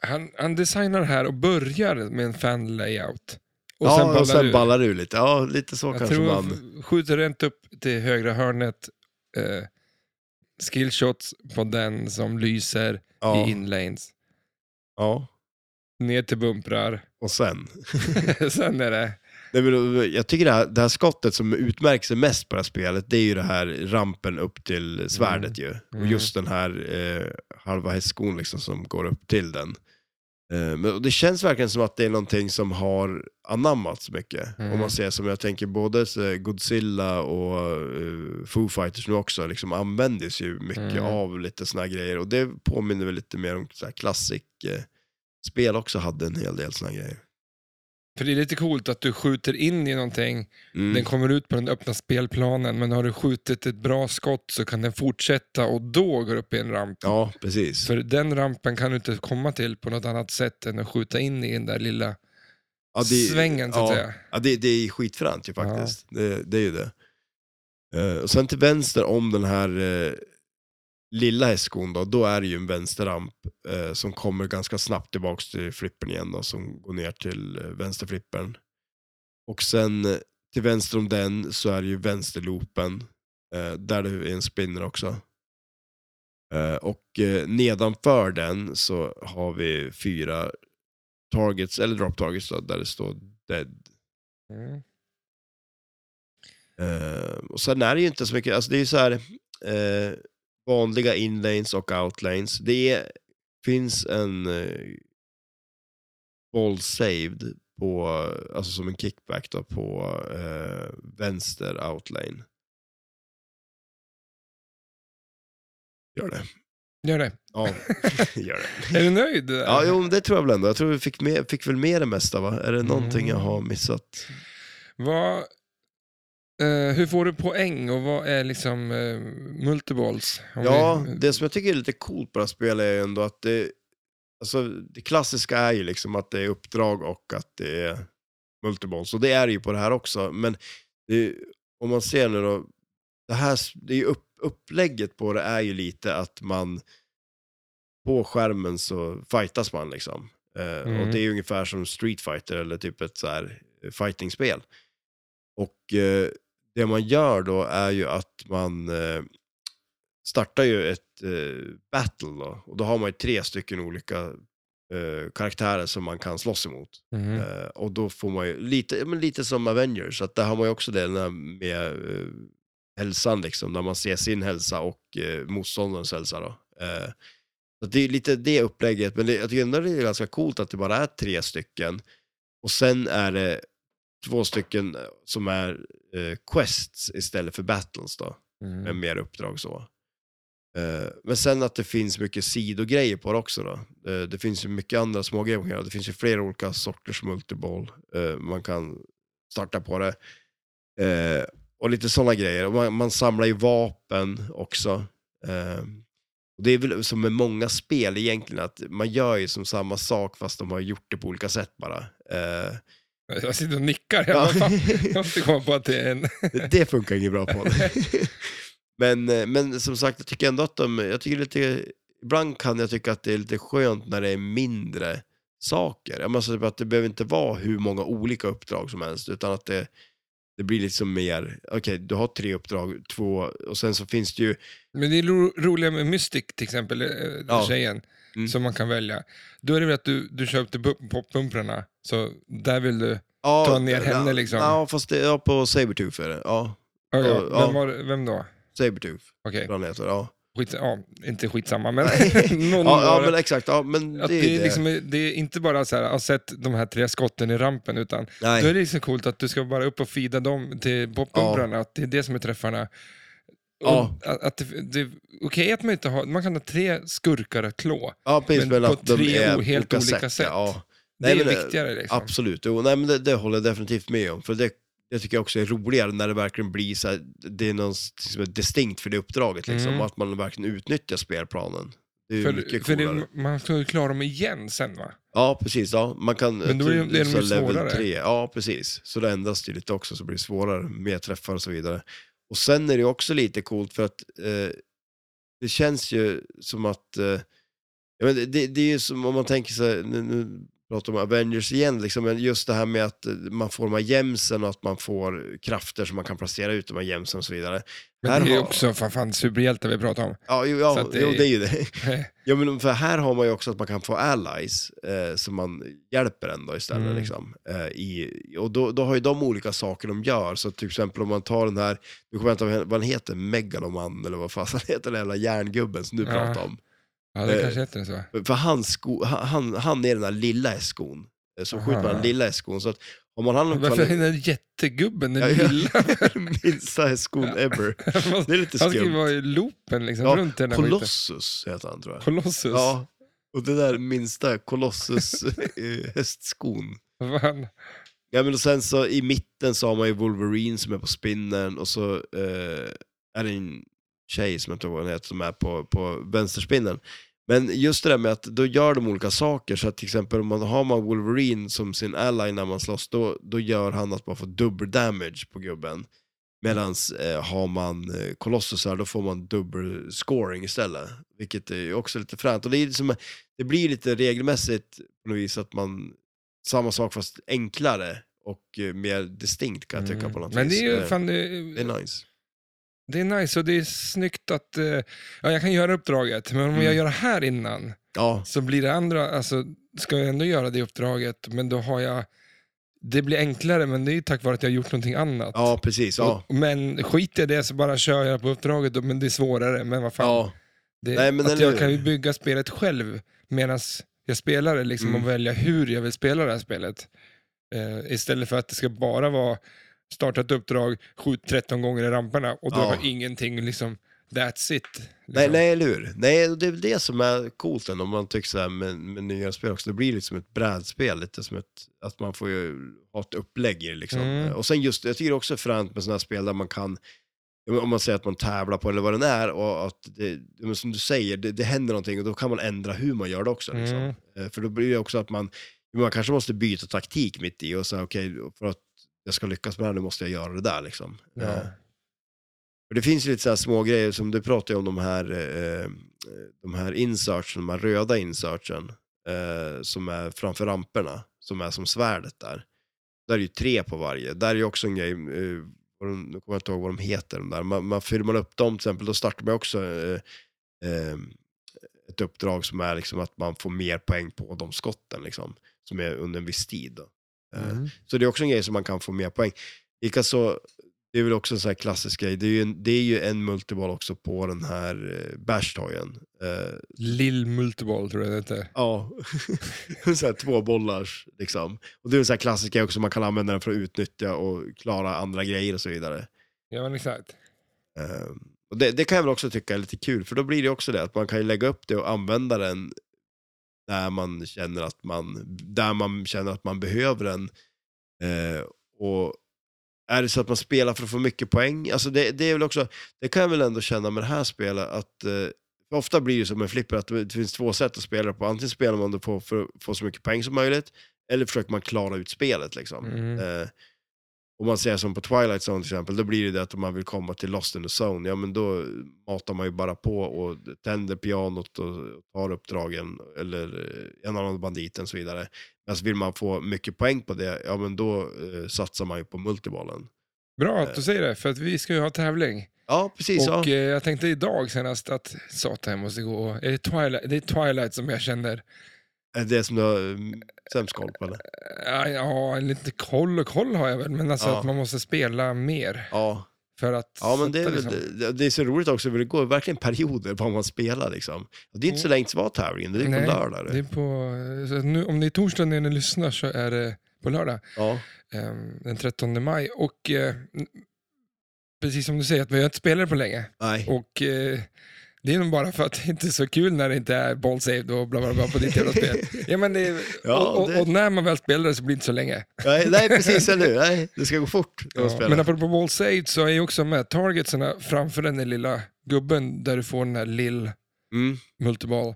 Han, han designar här och börjar med en fan layout. Och
ja,
sen ballar
och sen
ur.
ballar ur lite. Ja, lite så
Jag
kanske
tror
man...
man skjuter rent upp till högra hörnet. Eh, skillshots på den som lyser
Ja,
i inlanes.
ja,
Ner till bumprar.
och sen.
Sen är det...
Nej, men, eh, jag tycker det här, det här skottet som utmärker sig mest på det här spelet, det är ju det här rampen upp till svärdet ju. Och
Mm.
just den här eh, halva hästskon liksom som går upp till den. Eh, men och det känns verkligen som att det är någonting som har anammats mycket.
Mm.
Om man ser som jag tänker både så, Godzilla och eh, Foo Fighters nu också, liksom användes ju mycket
Mm.
av lite såna här grejer. Och det påminner väl lite mer om så här klassik eh, spel också hade en hel del såna här grejer.
För det är lite coolt att du skjuter in i någonting.
Mm.
Den kommer ut på den öppna spelplanen. Men har du skjutit ett bra skott så kan den fortsätta och då går upp i en ramp.
Ja, precis.
För den rampen kan du inte komma till på något annat sätt än att skjuta in i den där lilla
Ja, det-
svängen så att
ja,
säga.
Ja, det, det är skitfränt ju faktiskt. Det, det är ju det. Eh, och sen till vänster om den här eh, lilla hästskon då, då är det ju en vänsterramp eh, som kommer ganska snabbt tillbaks till flippen igen då, som går ner till eh, vänsterflippen. Och sen eh, till vänster om den så är det ju vänsterloopen, eh, där det är en spinner också. Eh, och eh, nedanför den så har vi fyra targets, eller drop targets då, där det står dead.
Mm.
Eh, och sen är det ju inte så mycket, alltså det är ju så här eh, vanliga inlanes och outlanes. Det är, finns en eh, ball saved på, alltså som en kickback då, på eh, vänster outlane. Gör det.
Gör det.
Ja, gör det.
Är du nöjd?
Ja, jo, men det tror jag väl ändå. Jag tror vi fick, med, fick väl med det mesta, va? Är det någonting jag har missat?
Vad, eh, hur får du poäng och vad är liksom eh, multiballs? Om
Ja,
vi-
det som jag tycker är lite coolt på det här spelet är ju ändå att det, alltså det klassiska är ju liksom att det är uppdrag och att det är multiballs. Och det är det ju på det här också, men det, om man ser nu då, det här, det är ju upp, upplägget på det är ju lite att man, på skärmen så fightas man liksom. Eh,
Mm.
Och det är ju ungefär som Street Fighter eller typ ett så här fightingspel. Och eh, det man gör då är ju att man eh, startar ju ett eh, battle då. Och då har man ju tre stycken olika eh, karaktärer som man kan slåss emot.
Mhm.
Eh, och då får man ju, lite, ja, men lite som Avengers, så att där har man ju också det där med eh, hälsan liksom, där man ser sin hälsa och eh, motståndarens hälsa då. Eh, så att det är lite det upplägget, men det, jag tycker ändå det är ganska coolt att det bara är tre stycken. Och sen är det två stycken som är eh, quests istället för battles då
Mhm.
med mer uppdrag så. Eh, men sen att det finns mycket sidogrejer på det också då. Eh, det finns ju mycket andra små grejer man kan göra. Det finns ju flera olika sorters multiball eh, man kan starta på det. Eh, och lite sådana grejer. Och man, man samlar ju vapen också. Eh, och det är väl som med många spel egentligen, att man gör ju som samma sak fast de har gjort det på olika sätt bara. Eh,
Jag sitter och nickar.
ja.
Jag, jag måste komma på att det är en...
Det funkar inget bra på. men, eh, men som sagt, jag tycker ändå att de, jag tycker lite, ibland kan jag tycka att det är lite skönt när det är mindre saker. Jag menar, så typ att det behöver inte vara hur många olika uppdrag som helst, utan att det, det blir liksom mer, okej, du har tre uppdrag, två, och sen så finns det ju,
Men det är ro roliga med Mystic till exempel, eh, den
Ja.
tjejen,
Mm.
som man kan välja. Då är det väl att du, du köpte bu- poppumprarna, så där vill du...
ja,
Ta ner henne,
ja,
liksom.
Ja, fast det, ja, på Sabertooth är det, ja,
Ja, ja.
Ja, ja.
Vem, var, vem då?
Sabertooth,
Okej,
vad han heter, ja.
Skits, ja, inte skitsamma, men någon
Ja, ja,
var
men
det.
exakt, ja, men det
Att
är
det,
ju
är
det.
liksom, det är inte bara så här, jag har sett de här tre skotten i rampen, utan
Nej.
då är det liksom coolt att du ska bara upp och fida dem till poppumprarna, att det är det som är träffarna.
Ja.
Och Att, att det, det, Okej att man inte har, man kan ha tre skurkar att klå,
Ja, precis,
Men
men,
på
att de
tre
är
o- helt
olika
olika
sätt.
sätt.
Ja.
det
Nej,
är
men, eh,
viktigare. Liksom.
Absolut, jo, nej, men det, det håller jag definitivt med om. För det, det tycker jag också är roligare när det verkligen blir så här, det är något som är distinkt för det uppdraget. Liksom,
Mm.
och att man verkligen utnyttjar spelplanen. Det är ju
För,
mycket
för
coolare.
det, man ska ju klara dem igen sen va?
Ja, precis. Ja. Man kan,
Men då är det- det är
så
nog
level
svårare.
tre. Ja, precis. Så det ändras ju lite också, så blir det svårare, mer träffar och så vidare. Och sen är det ju också lite coolt för att eh, det känns ju som att, eh, ja, men det- det, det är ju som om man tänker sig, nu, nu pratar vi om Avengers igen, liksom, men just det här med att eh, man får de här gemsen och att man får krafter som man kan placera ut de här gemsen och så vidare.
Men
Här
det är ju
har-
också för fan superhjältar vi pratar om.
Ja, jo,
Så
ja,
att det
det... Jo,
är-
det är ju det. Ja, men för här har man ju också att man kan få allies eh, som man hjälper ändå istället.
Mm.
Liksom. Eh, i, och då, då har ju de olika saker de gör. Så till exempel om man tar den här, nu kommer jag inte ihåg vad han heter, Megaloman eller vad fan han heter, den jävla järngubben som du
Ja.
pratade om.
Ja, det
Eh,
kanske heter det så.
För- För han, sko, han- han, han är den där lilla skon. Eh, Så skjuter man
Aha.
den lilla skon. Så att om man har någon
Varför är den där jättegubben den lilla?
minsta skon ever. Det är lite
Han ska ju
skumt.
vara i loopen liksom,
Ja,
runt den där skiten.
Colossus heter han tror jag.
Colossus.
Ja, och det där minsta Colossus eh, hästskon.
Fan.
Ja, men och sen så i mitten så har man ju Wolverine som är på spinnen och så eh, är det en tjej som jag inte ihåg vad hon heter som är på, på vänsterspinnen. Men just det där med att då gör de olika saker, så att till exempel om man har man Wolverine som sin ally när man slåss, då, då gör han att man får dubbel damage på gubben. Medan eh, har man eh, Colossus här, då får man dubbel scoring istället. Vilket är ju också lite fränt. Och det, är liksom, det blir lite regelmässigt på något vis att man, samma sak fast enklare och eh, mer distinkt kan jag tycka på något
Mm. Men det
vis.
är ju
Eh,
fan, det,
det är nice.
det är nice och det är snyggt att eh, ja, jag kan göra uppdraget, men om
Mm.
jag gör det här innan
Ja,
så blir det andra, alltså ska jag ändå göra det uppdraget, men då har jag, det blir enklare men det är ju tack vare att jag har gjort någonting annat.
ja precis. Ja.
Och, men skit i det så bara kör jag på uppdraget, och- men det är svårare, men vad fan.
Ja.
Det,
Nej, men
att
eller
jag
hur?
kan ju bygga spelet själv medan jag spelar det liksom,
Mm.
och välja hur jag vill spela det här spelet. Eh, istället för att det ska bara vara starta ett uppdrag, skjut 13 gånger i ramperna och då
Ja.
har ingenting liksom, that's it. Liksom.
Nej, nej, eller hur? Nej, det är väl det som är coolt ändå, om man tycker så här med, med nya spel också. Det blir lite som ett brädspel, lite som ett, att man får ju ha ett upplägg i det liksom.
Mm.
Och sen just, jag tycker det också är fränt med sådana här spel där man kan, om man säger att man tävlar på eller vad den är, och att det, men som du säger, det, det händer någonting och då kan man ändra hur man gör det också. Liksom.
Mm.
Eh, För då blir det också att man, man kanske måste byta taktik mitt i och säga okej, för att jag ska lyckas med det här, nu måste jag göra det där liksom. Eh,
Ja.
och det finns ju lite så här små grejer som du pratar ju om de här, eh, de här insertsen, de här röda insertsen eh, som är framför ramperna, som är som svärdet där. Där är ju tre på varje. Där är ju också en grej, eh, vad de, nu kommer jag inte ihåg vad de heter, de där. Man, man, fyller man upp dem till exempel, då startar man också eh, eh, ett uppdrag som är liksom att man får mer poäng på de skotten, liksom, som är under en viss tid. Då. Eh,
Mm.
så det är också en grej som man kan få mer poäng. Likaså, det är väl också en sån här klassisk grej, det är ju en, det är ju en multiball också på den här eh, bashtoyen. Eh,
Lill Multiball tror jag det heter.
ja, så här två bollars liksom. Och det är en sån här klassisk grej också, man kan använda den för att utnyttja och klara andra grejer och så vidare.
Ja, men exakt.
Eh, och det, det kan jag väl också tycka är lite kul, för då blir det också det att man kan ju lägga upp det och använda den där man känner att man, där man, känner att man behöver den. Eh, och är det så att man spelar för att få mycket poäng, alltså det, det är väl också, det kan jag väl ändå känna med det här spelet att eh, för ofta blir det som en flipper, att det finns två sätt att spela det på. Antingen spelar man det på för att få så mycket poäng som möjligt, eller försöker man klara ut spelet liksom.
Mm.
Eh, om man säger som på Twilight Zone till exempel, då blir det det att om man vill komma till Lost in the Zone, ja men då matar man ju bara på och tänder pianot och tar uppdragen, eller eh, en annan banditen och så vidare. Men så vill man få mycket poäng på det, ja men då eh, satsar man ju på multibollen.
Bra
eh.
att du säger det, för att vi ska ju ha tävling.
Ja, precis.
Och
ja.
eh, jag tänkte idag senast att satan jag måste gå. Är det, Twilight, det är Twilight som jag känner,
Är eh, det som du har mm, sämst koll på eller?
eh, ja lite koll och koll har jag väl, men alltså
Ja.
att man måste spela mer
Ja,
för att
ja men det är,
sätta,
väl,
liksom.
det, det är så roligt också, för det går verkligen perioder på vad man spelar liksom. Och det är inte så länge kvar till tävlingen, det är
Mm. Nej,
på lördag.
det
Det...
är på, så att nu, om det är torsdag när ni lyssnar så är det på lördag.
Ja,
ehm, den 13 maj. Och eh, n- precis som du säger, att vi har inte spelat på länge.
nej.
Och eh, det är nog bara för att det inte är så kul när det inte är ball saved och bla bla bla på ditt jävla spel. Ja, men det, är-
Ja,
och, och,
det-
och när man väl spelar det så blir det inte så länge.
Nej, nej precis, eller hur? Nej, det ska gå fort när man
Ja.
spelar.
Men apropå ball saved så är ju också med targetsarna framför den där lilla gubben där du får den här lill
Mm.
multiball.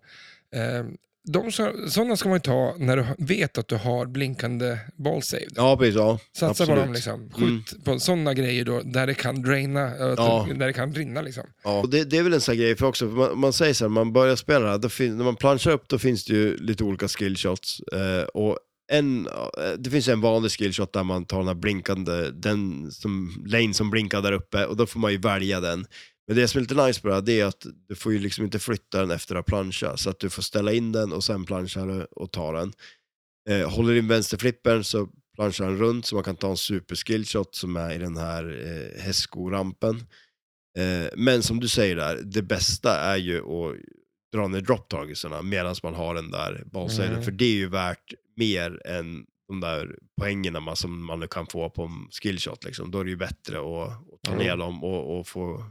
Ehm, de, så- sådana ska man ju ta när du vet att du har blinkande ball saved.
Ja, precis. Ja.
Satsa på
Absolut. Mm.
dem liksom. Skjut på sådana grejer då, där det kan draina, eh,
Ja.
där det kan rinna liksom.
Ja. Och det, det är väl en sån här grej för också, för man, man säger så här, man börjar spela det här, då fin- när man planchar upp då finns det ju lite olika skillshots. Eh, och en, eh, det finns en vanlig skillshot där man tar den här blinkande, den som, lane som blinkar där uppe och då får man ju välja den. Men det som är lite nice på det här, det är att du får ju liksom inte flytta den efter att plancha, så att du får ställa in den och sen planchar du och tar den. Eh, håller in vänsterflippern så planchar den runt så man kan ta en superskillshot som är i den här eh, hästskorampen. Eh, men som du säger där, det bästa är ju att dra ner dropptagelserna medan man har den där balsajden.
Mm.
För det är ju värt mer än de där poängen man, som man nu kan få på en skillshot. Liksom. Då är det ju bättre att, att ta ner
Mm.
dem och, och få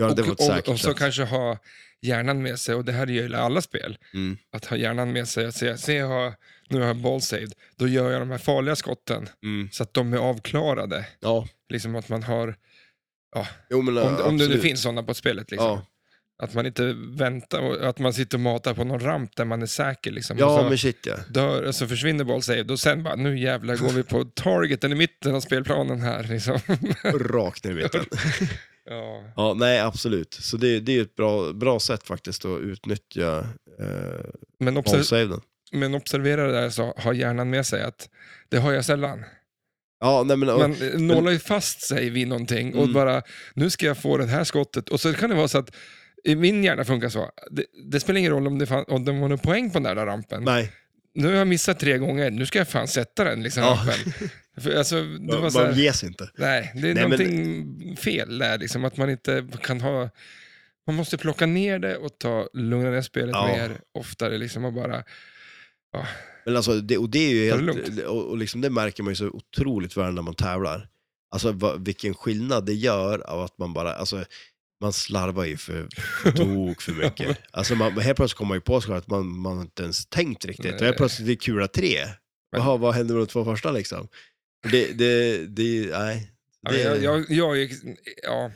göra det på ett
och,
säkert
och, och så
sätt.
kanske ha hjärnan med sig, och det här gäller alla spel,
Mm.
att ha hjärnan med sig. Att säga, se jag har, nu har jag ball saved, då gör jag de här farliga skotten
Mm.
så att de är avklarade.
Ja,
Liksom att man har,
jo, men,
om, om det nu
absolut.
finns sådana på spelet. Liksom.
Ja.
Att man inte väntar, och att man sitter och matar på någon ramp där man är säker. Liksom. och
Ja,
så
men shit ja.
dör, och så försvinner ball saved och sen bara, nu jävlar går vi på targeten i mitten av spelplanen här. Liksom.
Rakt ner i mitten.
ja.
Ja, nej absolut. Så det, det är ju ett bra, bra sätt faktiskt att utnyttja eh,
Men, obser-
ballsaven.
men observera det där så har hjärnan med sig att det har jag sällan.
Ja, nej men... och-
Man eh, nålar ju fast sig vid någonting och
Mm.
bara, nu ska jag få det här skottet. Och så kan det vara så att i min hjärna funkar så. Det, det spelar ingen roll om det, fan, om det var någon poäng på den där, rampen.
nej,
Nu har jag missat tre gånger, nu ska jag fan sätta den. Liksom,
Ja.
rampen. För, alltså, det var
man,
så här,
ges inte.
Nej, det är
Nej, men-
någonting fel där, liksom, att man inte kan ha... Man måste plocka ner det och ta, lugna ner spelet
Ja.
mer oftare liksom, och bara... Ja.
Men alltså, det, och det är ju
Ta det
helt, och, och liksom det märker man ju så otroligt väl när man tävlar. Alltså va, vilken skillnad det gör av att man bara, alltså man slarvar ju för, för tok för mycket. Alltså man, helt plötsligt kommer man ju på sig att man, man har inte ens tänkt riktigt. Och helt
Nej.
plötsligt är det kula tre. Jaha, vad hände med de två första liksom? Det, det, det, nej.
Ja,
Det,
men Jag, jag, jag är, ja,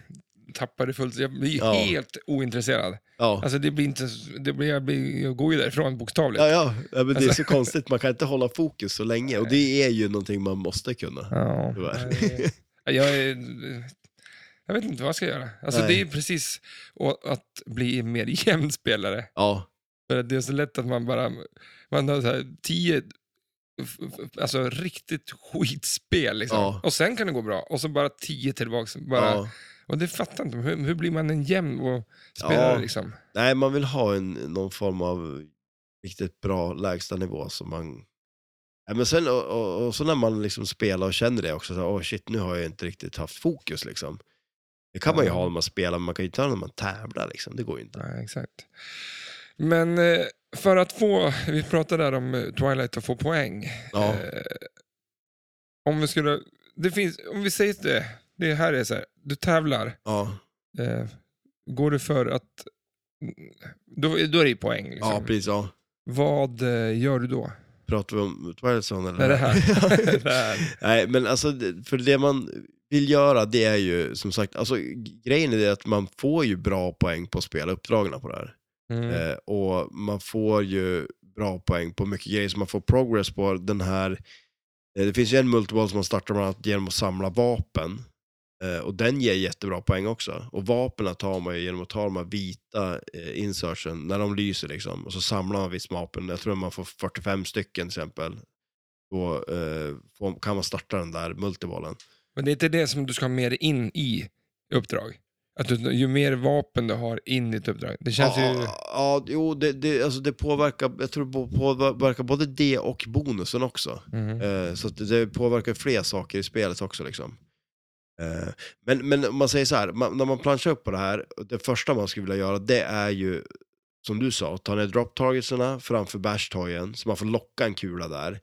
tappar det fullt. Jag blir
Ja.
helt ointresserad.
ja.
Alltså det blir inte, det blir, jag, blir, jag går ju därifrån bokstavligt.
Ja, ja. ja men
alltså-
det är så konstigt, man kan inte hålla fokus så länge och det är ju någonting man måste kunna.
Ja,
Tyvärr.
nej. jag, är- jag vet inte vad jag ska göra. Alltså
Nej.
det är ju precis å- att bli en mer jämn spelare.
Ja,
För att det är så lätt att man bara, man har så här tio f- f- Alltså riktigt skitspel liksom.
Ja.
Och sen kan det gå bra. Och så bara tio tillbaks. Bara,
ja.
Och det fattar inte hur, hur blir man en jämn och spelare
Ja.
liksom?
Nej, man vill ha en, någon form av riktigt bra lägstanivå som man... Ja, men sen, och, och, och så när man liksom spelar och känner det också, så här, åh shit, nu har jag inte riktigt haft fokus liksom. Det kan man ju
Ja.
ha när man spelar, men man kan ju inte ha det när man tävlar liksom, det går ju inte.
Nej, exakt. Men eh, för att få, vi pratade där om eh, Twilight och få poäng.
Ja,
Eh, om vi skulle, det finns, om vi säger det, det här är så här, du tävlar,
ja,
eh, går du för att, då, då är det ju poäng. Liksom.
ja precis. Ja.
Vad eh, gör du då? Mm.
Pratar vi om Twilight Zone eller?
Nej, det här. det här.
Nej, men alltså, det- för det man vill göra, det är ju som sagt, alltså g- grejen är det att man får ju bra poäng på att spela uppdragen på det här.
Mm.
Eh, och man får ju bra poäng på mycket grejer som man får progress på. Den här, eh, det finns ju en multiball som man startar bland annat genom att samla vapen. Eh, och den ger jättebra poäng också. Och vapnen tar man ju genom att ta de här vita eh, insertion, när de lyser liksom. Och så samlar man visst vapen. Jag tror man får 45 stycken till exempel. Då eh, får, kan man starta den där multiballen.
Men det är inte det som du ska ha med dig in i uppdrag? Att du, ju mer vapen du har in i ditt uppdrag. Det känns
ja,
ju...
ja, ja, jo, det, det, alltså det påverkar, jag tror det påverkar både det och bonusen också.
Mm.
Eh, Så att det påverkar fler saker i spelet också. Liksom. Eh, Men, men om man säger så här, man, när man planchar upp på det här, det första man skulle vilja göra det är ju, som du sa, ta ner drop targetsarna framför bash toyen så man får locka en kula där.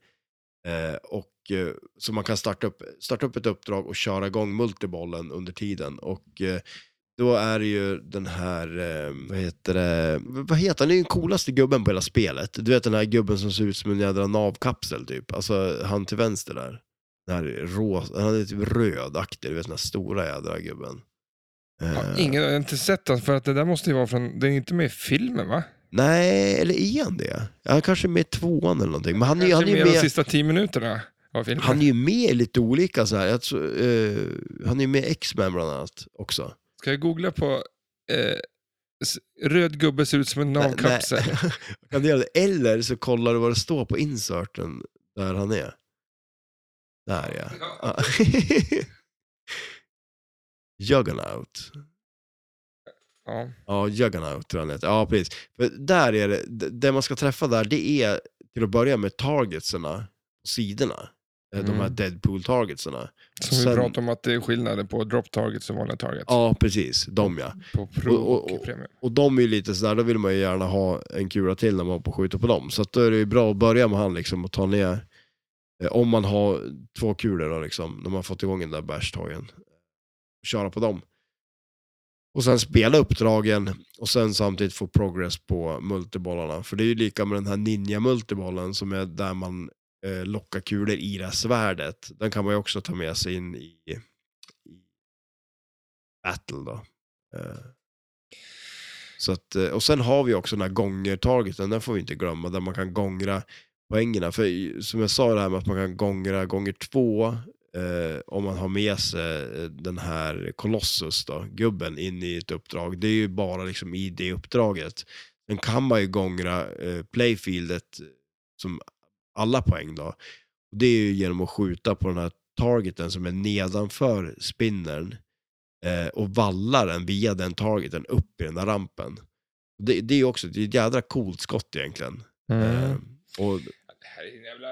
Eh, Och, eh, så man kan starta upp, starta upp ett uppdrag och köra igång multibollen under tiden. Och eh, då är det ju den här, eh, vad heter det, vad heter han? Det är ju den coolaste gubben på hela spelet. Du vet den här gubben som ser ut som en jädra navkapsel typ. Alltså han till vänster där. Den här rå, han är typ rödaktig, du vet den här stora jädra gubben. Eh,
Ja, ingen, jag har inte sett den, för att det där måste ju vara från... Det är inte med i filmen, va?
Nej, eller är han det? Han kanske är med i tvåan eller någonting. Men han är, ju- han är
Kanske
ju
med de
med,
sista tio minuterna av filmen.
han är ju med i lite olika så här. Jag tror, eh, han är ju med i X-Men bland annat också.
Ska jag googla på eh, s- röd gubbe ser ut som en navkapsel?
Nej, nej. kan du göra det? Eller så kollar du vad det står på inserten där han är. Där ja. ja. Juggernaut.
Ja.
Ja, Juggernaut tror jag han heter. Ja, precis. För där är det, d- det man ska träffa där, det är till att börja med targetserna på sidorna. Eh, De här
Mm.
Deadpool-targetserna.
Som vi
Sen-
pratade om att det är skillnaden på drop targets och vanliga targets.
Ja, precis. De ja.
På pro
Och-
och,
och- och-
premium.
Och de är ju lite sådär, då vill man ju gärna ha en kula till när man på skjuter på dem. Så att då är det ju bra att börja med han liksom och ta ner, eh, om man har två kulor då liksom, när man fått igång den där bärstagen. Köra på dem. Och sen spela uppdragen och sen samtidigt få progress på multibollarna. För det är ju lika med den här ninja-multibollen som är där man eh, lockar kulor i det här svärdet. Den kan man ju också ta med sig in i, i battle då. Eh, så att, eh, och sen har vi också den här gånger-targeten, den får vi inte glömma, där man kan gångra poängerna. För i- som jag sa, det här med att man kan gångra gånger två eh, om man har med sig eh, den här Colossus, då, gubben, in i ett uppdrag. Det är ju bara liksom i det uppdraget. Sen kan man ju gångra eh, playfieldet som alla poäng då. Och det är ju genom att skjuta på den här targeten som är nedanför spinnern eh, och vallar den via den targeten upp i den där rampen. Det, det är ju också det är ett jädra coolt skott egentligen.
Mm.
Eh, och,
Det här är en jävla...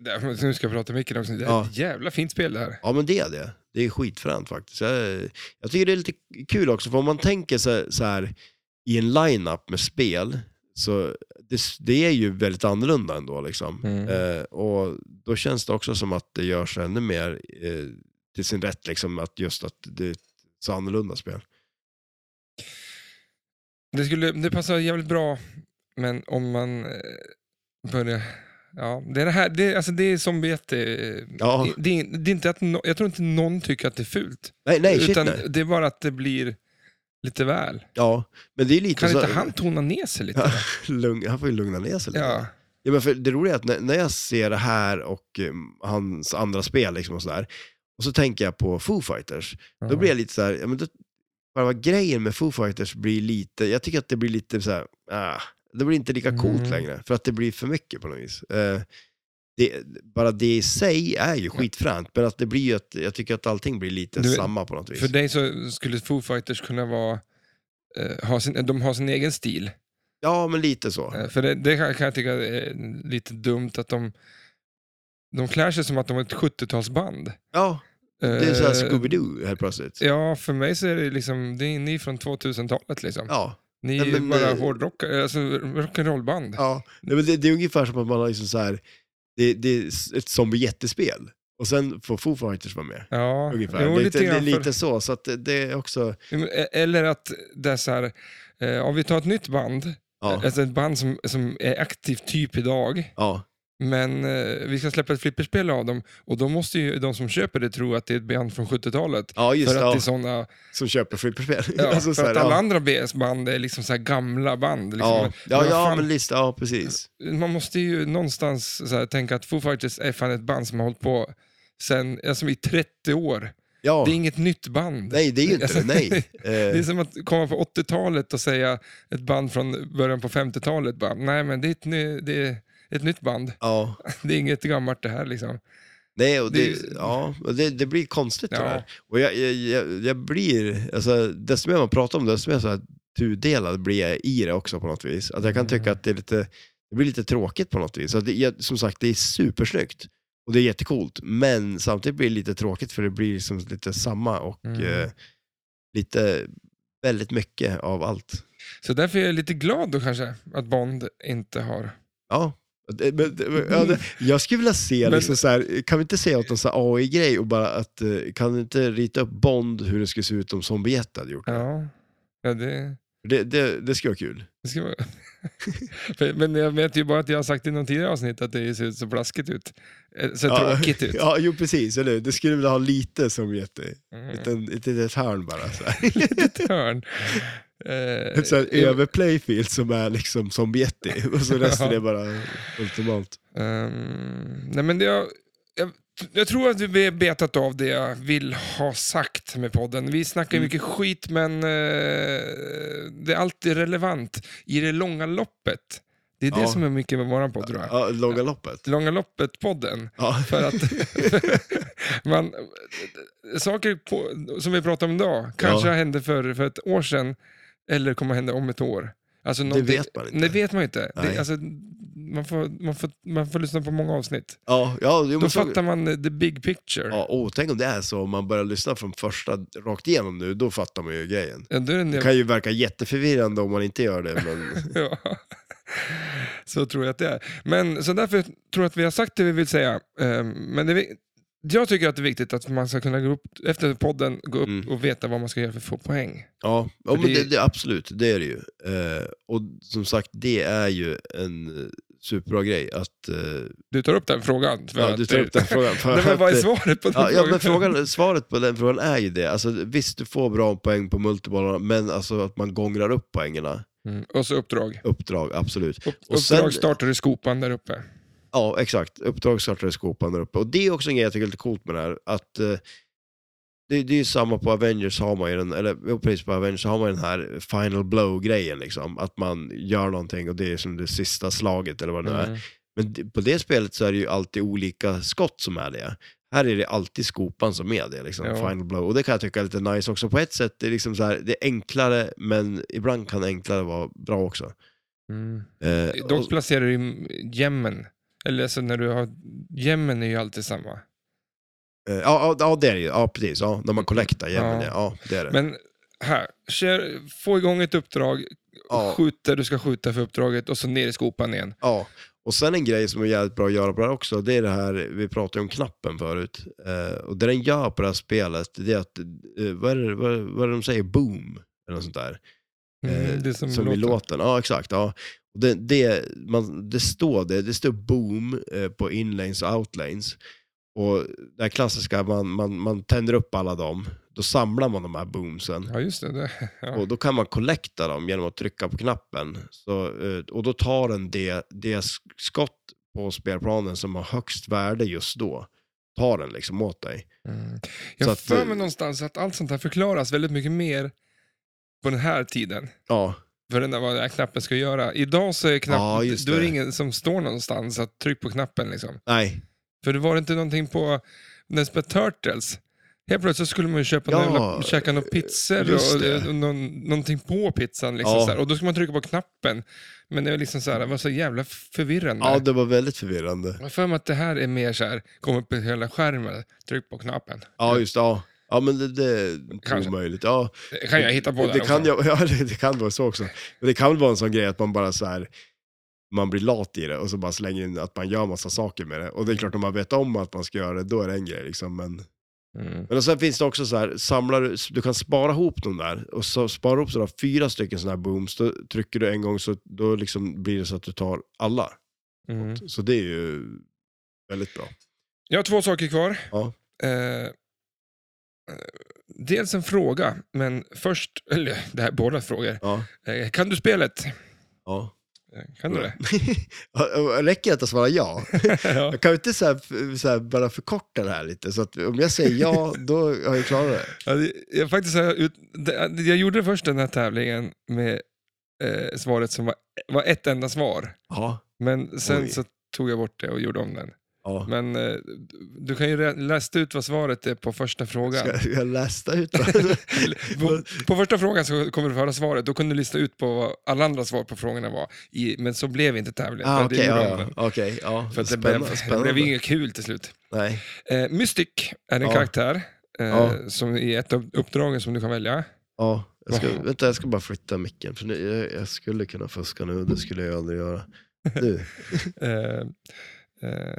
det här- Nu ska jag prata mycket också. Det här
Ja.
är ett jävla fint spel det här.
ja men det är det. Det är skitfränt faktiskt. Jag, jag tycker det är lite kul också, för om man tänker så, så här i en line-up med spel, så det- det, det är ju väldigt annorlunda ändå. Liksom.
Mm.
Eh, och då känns det också som att det görs ännu mer eh, till sin rätt, liksom, att just att det är ett så annorlunda spel.
Det, skulle, det passar jävligt bra, men om man eh, börjar... Ja, det, är det, här, det, är- alltså det är som vet, eh,
Ja.
det, det, är- det är inte att no, Jag tror inte någon tycker att det är fult.
Nej, nej, shit
utan
nej.
det är bara att det blir lite väl.
Ja, men det är lite
Kan
så...
inte han tona ner sig lite?
Ja, lugn, han får ju lugna ner sig lite.
Ja.
Ja, men för det roliga är att när, när jag ser det här och eh, hans andra spel liksom och sådär, och så tänker jag på Foo Fighters, då blir jag lite så här, ja, men då, själva grejen med Foo Fighters blir lite, jag tycker att det blir lite så här, ah, det blir inte lika coolt
Mm.
längre, för att det blir för mycket på något vis. Eh, det, bara det i sig är ju skitfränt, men att det blir ju att, jag tycker att allting blir lite
Du-
samma på något vis.
För dig så skulle Foo Fighters kunna vara... Eh, ha sin, de har sin egen stil.
Ja, men lite så.
Eh, För det, det kan kan jag tycka är lite dumt att de... De klär sig som att de är ett 70-talsband.
Ja, det är så här
Eh,
Scooby-Doo helt plötsligt.
Ja, för mig så är det liksom, det är ni är från 2000-talet liksom.
Ja.
Ni
Nej,
är
men,
bara
eh,
hårdrockare, alltså rock'n'rollband.
Ja, nej, men det, det är ungefär som att man har liksom så här, det, det är s- ett zombie-jättespel och sen får Foo Fighters vara med.
Ja,
Ungefär.
jo,
det, är
lite
lite, det är
grann för-
lite så, så att det, det är också...
e- Eller att det är så här, eh, om vi tar ett nytt band,
Ja,
alltså ett band som, som är aktivt typ idag,
ja,
men eh, vi ska släppa ett flipperspel av dem och då måste ju de som köper det tro att det är ett band från 70-talet.
ja just
För
det.
att
Ja,
det är såna,
Som köper flipperspel.
ja,
Alltså så
för
här,
att alla
ja.
andra BS-band är liksom så här gamla band. Liksom.
Ja, ja,
vad
ja
fan-
men lista, ja precis.
man måste ju någonstans så här, tänka att Foo Fighters är fan ett band som har hållit på sen, alltså, i 30 år.
Ja.
Det är inget nytt band.
Nej, det är ju inte
Alltså,
det, nej.
Det är
Eh,
som att komma på 80-talet och säga ett band från början på 50-talet. Bara, Nej, men det är, ett ny, det är ett nytt band.
ja,
Det är inget gammalt det här. Liksom.
nej, och
det
det,
är ju-
ja, och det, det blir konstigt det
Ja.
där. Och jag, jag, jag, jag blir, alltså desto mer man pratar om det, desto mer så här tudelad blir jag i det också på något vis. Att jag kan
Mm.
tycka att det är lite, det blir lite tråkigt på något vis. Så det, jag, som sagt, det är supersnyggt och det är jättecoolt, men samtidigt blir det lite tråkigt för det blir liksom lite samma och
Mm.
eh, lite, väldigt mycket av allt.
Så därför är jag lite glad då kanske att Bond inte har...
Ja. Det, men, det, ja, det, jag skulle vilja se,
Men-
liksom så här, kan vi inte säga åt någon så här AI-grej och bara att, eh, kan du inte rita upp Bond hur det skulle se ut om Zombiejet hade gjort det?
Ja, ja det,
Det, det, det skulle vara kul.
det ska vara... För- men jag vet ju bara att jag har sagt i någon tidigare avsnitt att det ser ut så blaskigt ut. Eh, Så tråkigt ut.
Ja, jo precis, eller hur? Det skulle vilja ha lite som jätte,
Mm.
ett, en- ett litet hörn bara. Så här.
litet hörn. Eh,
Ett så här
jo,
över playfield som är liksom zombietti och så resten
Ja.
är bara ultimat.
ehm, nej men det, jag, jag, jag tror att vi har betat av det jag vill ha sagt med podden. Vi snackar ju
Mm.
mycket skit, men eh, det är alltid relevant i det långa loppet. Det är det
Ja.
som är mycket med vår podd, tror jag.
Ja, långa loppet.
Långa loppet-podden.
Ja.
För att man, saker på, som vi pratar om idag kanske
Ja.
hände för, för ett år sedan eller kommer hända om ett år. Alltså någonting-
vet man inte.
Det vet man ju inte. Det,
Nej.
alltså, man, får, man, får, man får lyssna på många avsnitt.
Ja, ja, jo,
Då
men så,
fattar man eh, the big picture.
ja, åh, tänk om det är så, om man börjar lyssna från första rakt igenom nu, då fattar man ju grejen.
Ja, då är det en
Det
jävla-
kan ju verka jätteförvirrande om man inte gör det, men
Ja. Så tror jag att det är. Men, så därför tror jag att vi har sagt det vi vill säga. Ehm, Men det, är vi- jag tycker att det är viktigt att man ska kunna gå upp, efter podden gå upp
Mm.
och veta vad man ska göra för att få poäng.
Ja, ja men
det-
det, det, absolut, det är det ju. Eh, och som sagt, det är ju en eh, superbra grej att eh,
Du tar upp den frågan. För
ja,
att,
du tar upp den frågan. För
Nej, men vad är
att, eh,
svaret på den
Ja, ja,
frågan?
men frågan, svaret på den frågan är ju det. Alltså, visst, du får bra poäng på multibollarna, men alltså att man gångrar upp poängerna.
Mm. Och så uppdrag.
Uppdrag, absolut.
Upp,
Och sen-
uppdrag startar i skopan där uppe.
Ja, exakt. Uppdrag startar i skopan där uppe. Och det är också en grej jag tycker är lite coolt med det här. Att, eh, det, det är ju samma på Avengers, har man ju den, eller jo, precis på Avengers har man ju den här final blow-grejen. Liksom. Att man gör någonting och det är som det sista slaget eller vad det nu är.
Mm.
Men d- på det spelet så är det ju alltid olika skott som är det. Här är det alltid skopan som är det, liksom,
Ja.
final blow. Och det kan jag tycka är lite nice också. På ett sätt, det är liksom så här, det är enklare, men ibland kan enklare vara bra också.
Mm.
Eh,
Dock
och-
placerar du ju jämmen. Eller alltså när du har... Jämmen är ju alltid samma.
Eh, Ja, ja, ja, det är det ju. Ja, precis. Ja, när man collectar jämn,
Ja.
ja. ja, det är det.
Men här, kör, få igång ett uppdrag,
Ja.
skjut där du ska skjuta för uppdraget och så ner i skopan igen.
Ja, och sen en grej som är jävligt bra att göra på det här också, det är det här, vi pratade ju om knappen förut. Eh, och det den gör på det här spelet, det är att, eh, vad, är det, vad, är det- vad är det de säger, boom? Eller något sånt där.
Mm,
Eh,
det är som,
som i låten. Ja, exakt. Ja. Och det, det, man, det står det, det står boom eh, på inlanes och outlanes. Och det här klassiska, man, man, man tänder upp alla dem, då samlar man de här boomsen.
Ja, just det. det. Ja.
Och då kan man collecta dem genom att trycka på knappen. Så, eh, och då tar den det, det sk- skott på spelplanen som har högst värde just då. Tar den liksom åt dig.
Mm.
Så
Jag har
att,
för
eh,
mig någonstans att allt sånt här förklaras väldigt mycket mer på den här tiden.
Ja,
För den där, vad den här knappen ska göra. Idag så är knapp,
Ja, just
då är det
det.
ingen som står någonstans att tryck på knappen. Liksom.
nej.
För det var inte någonting på när jag spelade Turtles. Helt plötsligt skulle man ju köpa ja,
Ja,
jävla, käka några pizzor
just
och,
det.
och någon, någonting på pizzan. Liksom,
Ja.
så här. Och då ska man trycka på knappen. Men det var liksom så här, det var så jävla förvirrande.
Ja, det var väldigt förvirrande.
Jag har för mig att det här är mer så här, kom upp i hela skärmen, tryck på knappen.
Ja, just det. Ja, ja men det, det är
Kanske.
omöjligt. Ja.
Det kan jag hitta på
det,
där
kan
också.
jag, ja, det, det kan vara så också. Men det kan väl vara en sån grej att man bara så här man blir lat i det och så bara slänger in att man gör massa saker med det. Och det är klart, om man vet om att man ska göra det, då är det en grej. Liksom. Men,
Mm.
men och sen finns det också så här, samlar, du- du kan spara ihop de där. Och så sparar du ihop sådana fyra stycken sådana här booms, då trycker du en gång så då liksom blir det så att du tar alla.
Mm.
Så det är ju väldigt bra.
Jag har två saker kvar.
Ja.
Eh, eh, dels en fråga, men först, eller det här är båda frågor.
Ja,
Eh, kan du spelet?
ja.
Eh, Kan du det?
Räcker det att jag svarar ja?
ja.
Jag kan ju inte så här, f- så här bara förkorta det här lite, så att om jag säger ja, då har jag klarat det.
Ja, det- jag, faktiskt, så här, ut, det- jag gjorde först den här tävlingen med eh, svaret som var, var ett enda svar.
Ja.
Men sen
Oj.
så tog jag bort det och gjorde om den.
ja.
Men eh, du- du kan ju rä- läsa ut vad svaret är på första frågan.
Ska ska jag läsa ut Ah, då?
På, på första frågan så kommer du få höra svaret. Då kunde du lista ut på vad alla andra svar på frågorna var. I, men så blev inte tävlingen.
ah,
för det
Okej,
gjorde
ja,
de.
ja. Okej, ja.
För att det
Spännande,
blev, det
spännande.
blev inget kul till slut.
Nej.
Eh, Mystic är en
Ja.
karaktär eh,
Ja.
som i ett av uppdragen som du kan välja.
Ja, jag ska,
Jaha.
vänta, jag ska bara flytta micken, för nu, jag, jag skulle kunna fuska nu, det skulle jag aldrig göra. Nu.
Eh, eh,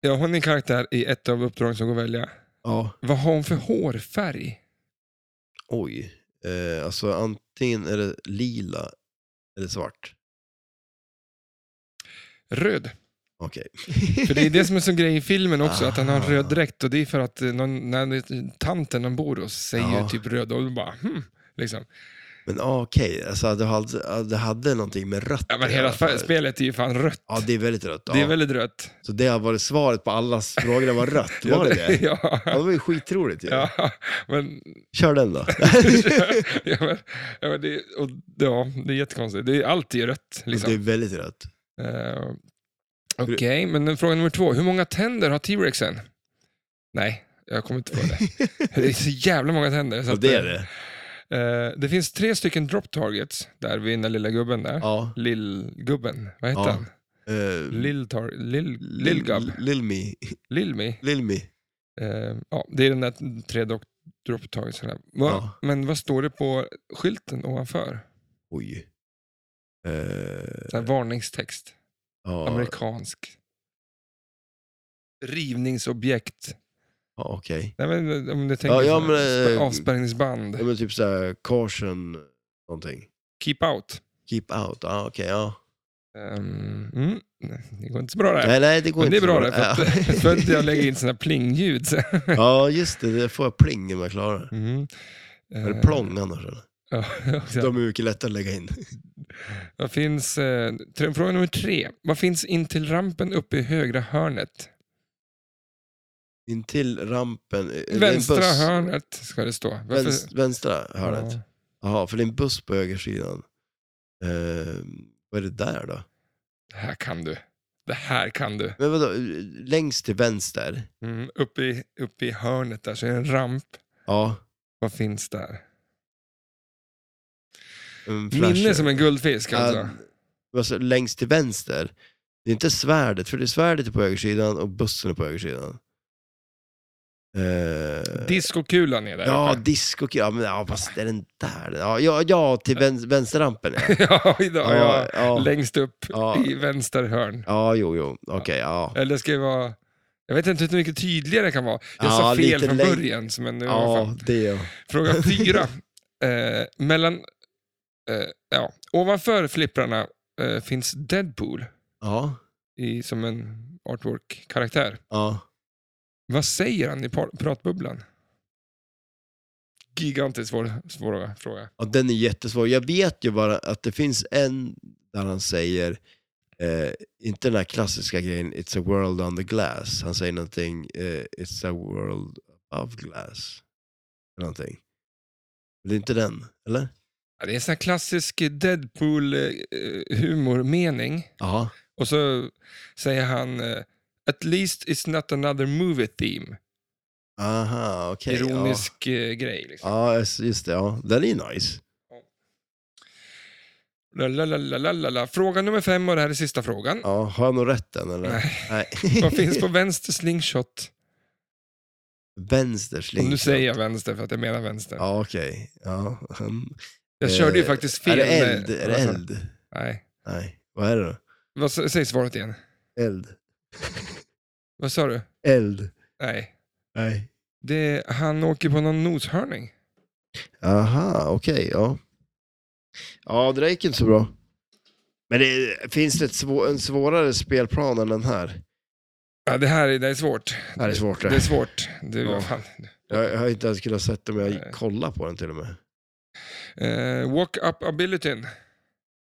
ja, hon är en karaktär i ett av uppdragen som går att välja.
Ja.
Vad har hon för hårfärg?
Oj. Eh, alltså antingen är det lila eller svart.
Röd.
Okej.
För det är det som är så grej i filmen också, att han har en
Ah.
röd dräkt och det är för att eh, någon, när tanten han bor hos säger
Ja.
typ röd och då bara hmm, liksom.
Men ah, okej, alltså det hade, det hade någonting med rött
Ja, men
att
hela
göra
fär-
förut.
spelet är ju fan rött.
Ja, det är väldigt rött. Ja.
Det är väldigt rött.
Så det har varit svaret på allas frågor, det var rött. Var det det?
ja,
Ja, det var ju skitroligt ju.
ja, men,
Kör den då.
ja, men, ja, men det, och, ja, det är jättekonstigt. Det är alltid rött. Liksom.
Det är väldigt rött.
Eh, Okej, men fråga nummer två. Hur många tänder har T-rexen? Nej, jag kommer inte på det. Det är så jävla många tänder. Så
Och
att,
det är det.
eh, det finns tre stycken drop targets där vid den där lilla gubben där.
Ja.
Lillgubben, vad heter
Ja.
han?
Uh,
Lilltar- Lill- Lillgubb?
Lilmi.
Lillmi?
Lilmi.
Eh, ja, det är den där tre drop, drop targets. Här. Va,
Ja.
Men vad står det på skylten ovanför?
Oj. Eh,
Den här varningstext.
ja,
Amerikansk. Rivningsobjekt.
ja, okej.
Nej, men, eh, om du tänker
Ja, ja,
så-
men,
sp-
eh,
avspärrningsband.
Ja, men typ såhär caution någonting.
Keep out.
Keep out. Ah, okej, ja.
Ehm, mm, nej, det går inte så bra det här.
Nej, nej, det går
Men det
inte
är bra
så
det, för att,
Ja.
för att jag lägger in såna här Mm. plingljud. så.
ja, just det. Det får jag pling om jag klarar det.
Mm.
Är det
Eh,
plong annars eller?
ja, ja.
De är mycket lättare att lägga in.
Vad finns, eh, tre, fråga nummer tre. Vad finns in till rampen uppe i högra hörnet?
In till rampen. är det en
Vänstra
buss?
hörnet ska det stå. Varför-
Vänst, vänstra hörnet.
Ja.
Jaha, för det är en buss på högersidan. Eh, vad är det där då?
Det här kan du. Det här kan du.
Men vadå, eh, längst till vänster?
Mm, uppe, i, uppe i hörnet där så är det en ramp.
Ja.
Vad finns där?
En
Minne
flasher.
som en guldfisk alltså.
Ja, alltså, längst till vänster. Det är inte svärdet, för det är svärdet är på högersidan och bussen är på högersidan. Eh,
Diskokulan är där.
ja, disco. Ja, men ja, fast är den där? Ja, ja, ja till vän, vänsterrampen. Ja.
ja, idag, ja.
Ja, ja.
Längst upp
Ja.
i vänster hörn.
ja, jo, jo. Okej, ja.
Eller ska det vara... Jag vet inte hur mycket tydligare det kan vara. Jag
Ja,
sa fel
lite
från
läng-
början, men nu har jag
Ja, det. ja.
Fråga fyra. Eh, mellan, eh, ja, ovanför flipprarna eh, finns Deadpool
Ja,
i, som en artwork-karaktär.
ja.
Vad säger han i par- pratbubblan? Gigantiskt svår, svår fråga.
Ja, den är jättesvår. Jag vet ju bara att det finns en där han säger, eh, inte den här klassiska grejen, it's a world under glass. Han säger någonting, eh, it's a world above glass. Eller någonting. Det är inte den, eller?
Ja, Det är en sån här klassisk eh, Deadpool-humormening.
Ja.
Och så säger han eh, At least it's not another movie theme.
Aha, okej.
Ironisk eh, grej. Liksom.
Ja. ja, just- just det. Ja. Den är ju nice.
La, la, la, la, la, la, la. Fråga nummer fem och det här är sista frågan.
Ja, har jag nog rätt den, eller?
Nej.
Nej.
Vad finns på vänster slingshot?
Vänster
Och
slingshot.
nu säger jag vänster för att jag menar vänster.
Ja, okej. Ja. Mm.
jag körde ju
Eh,
faktiskt fel.
Är det
med-
eld? Är det eld?
Nej.
Nej. Vad är det då?
Vad, s- säg svaret igen.
Eld.
Vad sa du?
Eld.
Nej.
Nej.
Det, han åker på någon noshörning.
Aha, okej, ja. Ja, det där gick inte så bra. Men det, finns det ett svå, en svårare spelplan än den här?
Ja, det här är, det är svårt.
Det här är svårt.
Det är svårt. Det,
Ja.
vad fan.
Jag, jag har inte ens kunnat sett om
Nej.
jag kollade på den till och med.
Eh, walk up abilityn.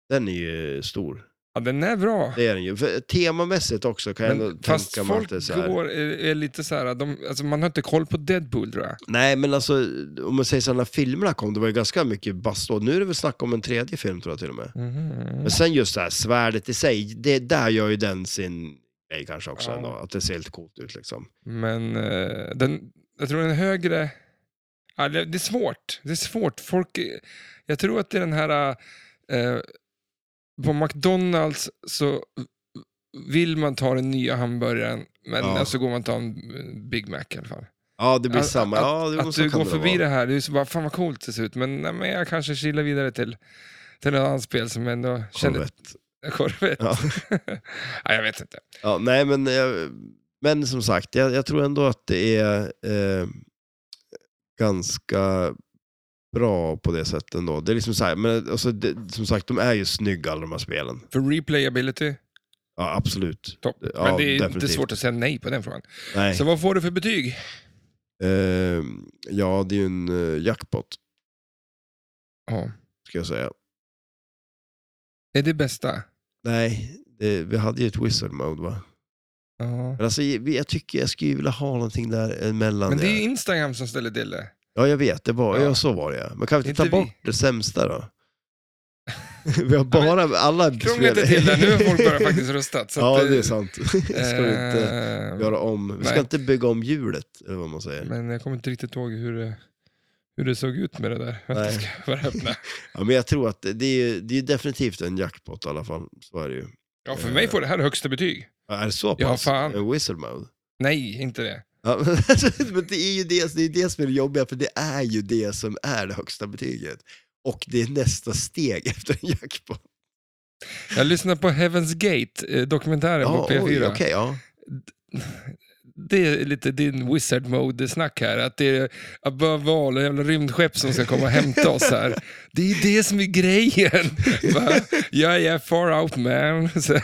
Den är ju stor.
Ja, den är bra.
Det är den ju. För, temamässigt också kan jag
Men,
ändå
fast
tänka mig att
folk
det är så här.
går, är, är lite så här, de, alltså man har inte koll på Deadpool tror jag.
Nej, men alltså om man säger så här, när filmerna kom, det var ju ganska mycket bastu. Nu är det väl snack om en tredje film tror jag till och med. Men sen just det här svärdet i sig, det, där gör ju den sin grej kanske också
Ja.
ändå. Att det ser helt coolt ut liksom.
Men eh, den, jag tror den högre... Ja, det, det är svårt. Det är svårt. Folk, eh, jag tror att det är den här... Eh, på McDonalds så vill man ta den nya hamburgaren, men
Ja.
så går man och tar en eh, Big Mac i alla fall.
Ja, det blir
Att-
samma.
att-
ja, det
Att du
kan
går
det
förbi
vara.
det här, det är så bara, fan vad coolt det ser ut, men, nej, men jag kanske kilar vidare till, till något annat spel som ändå känner...
Korvett.
Korvett.
Ja.
nej, jag vet inte.
Ja, nej, men, eh, men som sagt, jag, jag tror ändå att det är eh, ganska bra på det sättet ändå. Det är liksom så här, men alltså, det, som sagt, de är ju snygga alla de här spelen.
För replayability,
Ja, absolut.
topp.
Ja,
men det är inte
definitivt.
svårt att säga nej på den frågan.
Nej.
Så vad får du för betyg?
Eh, ja, det är ju en eh, jackpot,
Ja.
ska jag säga.
Är det bästa?
Nej, det, vi hade ju ett wizard mode va?
Ja.
Men alltså, vi- jag tycker jag skulle vilja ha någonting där emellan.
Men det är
ja.
ju Instagram som ställer till det.
Ja, jag vet. Det var,
Ja.
ja. så var det ja. Men kan vi inte
Inte
ta
vi.
bort det sämsta då? vi har bara, alla...
Krångla inte till det, nu har folk börjat faktiskt röstat. Så
ja,
att, eh,
det är sant. Det ska vi inte
eh,
göra om. Vi ska
nej.
inte bygga om hjulet, eller vad man säger.
Men jag kommer inte riktigt ihåg hur det, hur det såg ut med det där. Vänta,
Nej.
ska jag bara öppna.
Ja, men jag tror att det det är, ju- det är ju definitivt en jackpot i alla fall. Så är det ju.
Ja, för
Eh.
mig får det här högsta betyg.
Ja, Är det så
Ja,
pass?
fan.
En wizard mode?
Nej, inte det.
Ja, men, alltså, men det är ju det, det, är det som är det jobbiga, för det är ju det som är det högsta betyget. Och det är nästa steg efter en jackpot.
Jag lyssnade på Heaven's Gate, eh, dokumentären på
Ja, oj,
P4.
okej, ja.
Det är lite din wizard mode-snack här, att det är above all och jävla rymdskepp som ska komma och hämta oss här. Det är det som är grejen. Va? Ja, ja, far out man. Så,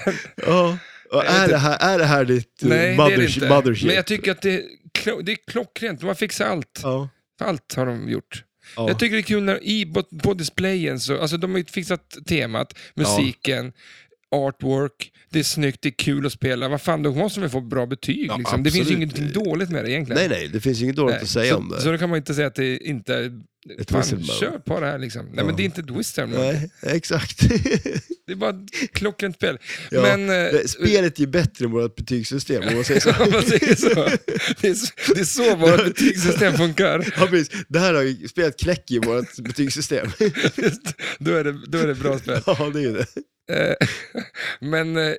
Ja. Och
vet
är, det här, är det här ditt eh,
nej, det är det
mothers,
inte.
mothership?
Men jag tycker att det är, klo- det är klockrent, man fixar allt.
ja.
Allt har de gjort.
Ja.
Jag tycker det är kul när i, på, på displayen, så, alltså de har ju fixat temat, musiken, artwork, det är snyggt, det är kul att spela. Vad fan, då måste vi få bra betyg.
Ja,
liksom. Det finns ju
absolut.
inget dåligt med det egentligen.
nej, nej, det finns ju inget dåligt
Nej,
att säga
så,
om det.
Så då kan man inte säga att det inte är...
Ett
Fan,
whistle blow.
kör på det här liksom. Nej,
Ja.
men det är inte ett whistle blow.
nej, exakt.
Det är bara ett klockrent spel.
Ja,
men... eh,
Spelet är ju bättre än vårt betygssystem, om man säger så.
om man säger så. Det är, så- det är så vårt betygssystem funkar.
Ja, precis. Det här har ju spelat knäck i vårt betygssystem.
Just, Då är, det, då är det bra spel.
Ja, det är ju det.
Eh, Men eh,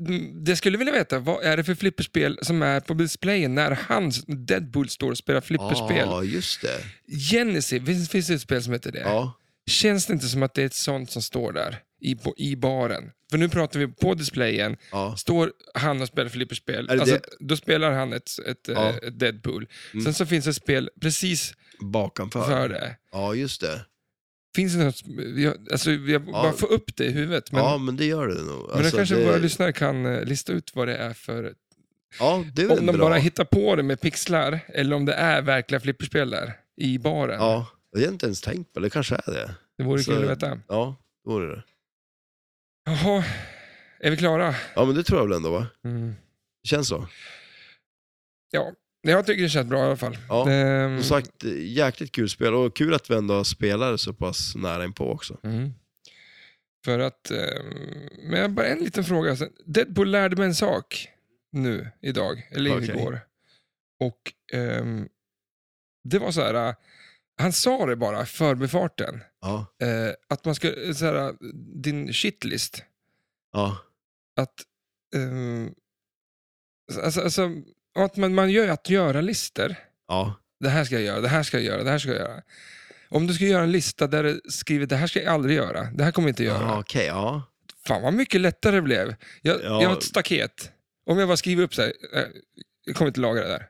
Mm, Det skulle jag vilja veta, vad är det för flipperspel som är på displayen när hans Deadpool står och spelar flipperspel?
Ja, just det.
Genesis, visst finns det ett spel som heter det?
Ah. Ja.
Känns det inte som att det är ett sånt som står där i, bo- i baren? För nu pratar vi på displayen,
Ja.
står han och spelar flipperspel,
Är det
alltså,
det-
då spelar han ett, ett, eh,
Ja.
ett Deadpool. Sen så finns det ett spel precis
Bakanför.
för det.
Ja, just det.
Finns det något, jag, alltså, jag bara får upp det i huvudet. Men,
ja, men det gör det nog.
men
Alltså,
kanske
det...
våra lyssnare kan eh, lista ut vad det är för
Ja, det är väl
Om
bra.
de bara hittar på det med pixlar, eller om det är verkliga flipperspel där i baren.
Ja, jag har inte ens tänkt på det. Det kanske är det.
Det vore
Så-
kul att veta.
Ja, det vore det.
Jaha, är vi klara?
Ja, men det tror jag väl ändå, va?
Mm.
Känns så.
Ja, jag tycker det känns bra i alla fall.
Ja, Mm.
Ehm,
Som sagt, jäkligt kul spel och kul att vi ändå spelar så pass nära inpå också.
mm. För att, ehm, men jag har bara en liten fråga. sen. Deadpool lärde mig en sak nu, idag, eller
Okej.
igår. Och ehm, det var så här, äh, han sa det bara i förbifarten.
Ja,
eh, att man ska, så här, äh, din shitlist,
ja,
att... ehm, alltså, alltså, att man, man gör ju att göra-listor.
ja,
Det här ska jag göra, det här ska jag göra, det här ska jag göra. Om du ska göra en lista där du skriver det här ska jag aldrig göra, det här kommer jag inte göra.
ja, okej, ja.
Fan vad mycket lättare det blev. Jag,
Ja.
jag har ett staket. Om jag bara skriver upp så här, eh, jag kommer inte lagra det där.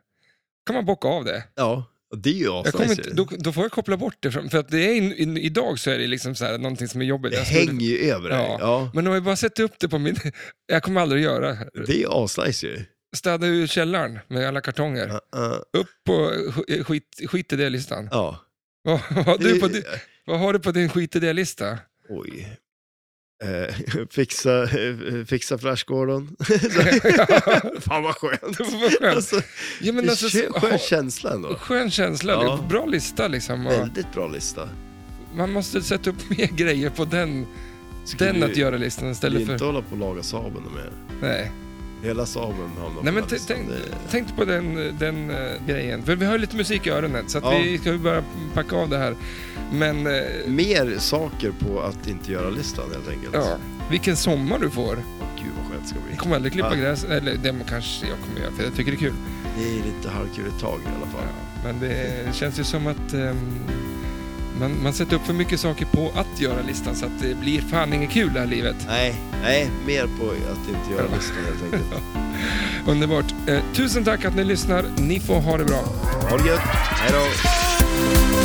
kan man bocka av det.
Ja, det är ju
Jag kommer
asnice
inte,
ju.
då, då får jag koppla bort det. Från, för att det är in, in, idag så är det liksom så här, någonting som är jobbigt.
Det
Jag skulle-
hänger ju över dig.
Ja.
Ja.
Men om jag bara sätter upp det på min... Jag kommer aldrig göra det här.
Det är ju asnice ju.
Städa ur källaren med alla kartonger.
Ja, ja,
Upp på sk- eh, skit, skit i det-listan.
ja.
Vad, vad, har du på
Det-
din- vad har du på din skit i det-lista?
Oj. Eh, fixa, eh, fixa Flash Gordon. Fan vad skönt.
Det var skönt.
Alltså,
Ja, men
det
alltså,
är en
ha-
skön känsla ändå.
skön känsla. Det är
Ja.
en bra lista liksom. Och
Väldigt bra lista.
man måste sätta upp mer grejer på den,
Skulle
den
ju-
att göra-listan
Skulle
istället
inte
för...
hålla på och laga Saaben och mer.
Nej,
Hela Saaben hamnar
Nej
på
men
den
t-
listan.
tänk,
Det-
tänk på den, den eh, grejen. För vi har ju lite musik i öronen så att
Ja.
vi ska ju börja packa av det här. Men eh,
Mer saker på att inte göra-listan helt enkelt. Alltså,
Ja, vilken sommar du får.
Gud vad skönt det ska bli.
Jag kommer aldrig klippa
Ja.
gräs, eller det kanske jag kommer göra för jag tycker det är kul.
Det är lite halvkul ett tag i alla
Ja,
fall.
men
Mm.
det känns ju som att ehm, man, man sätter upp för mycket saker på att göra-listan så att det blir fan inget kul det här livet.
Nej, nej, mer på att inte göra-listan helt enkelt.
Underbart. Eh, tusen tack att ni lyssnar. Ni får ha det bra.
Ha det gött, hej då!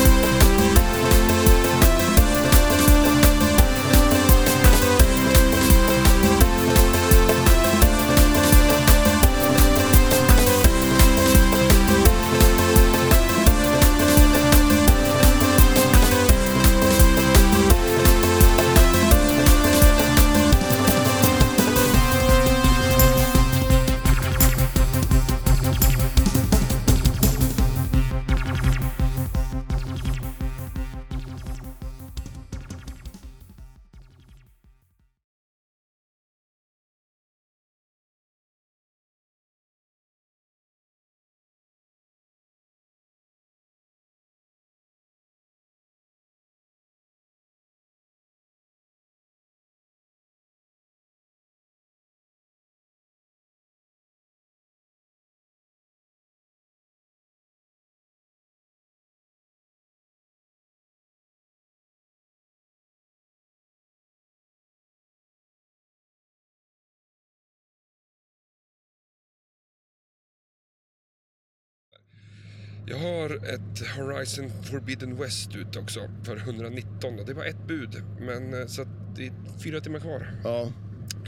Jag har ett Horizon Forbidden West ut också för 119. Det var ett bud, men eh, så det är fyra timmar kvar.
Ja,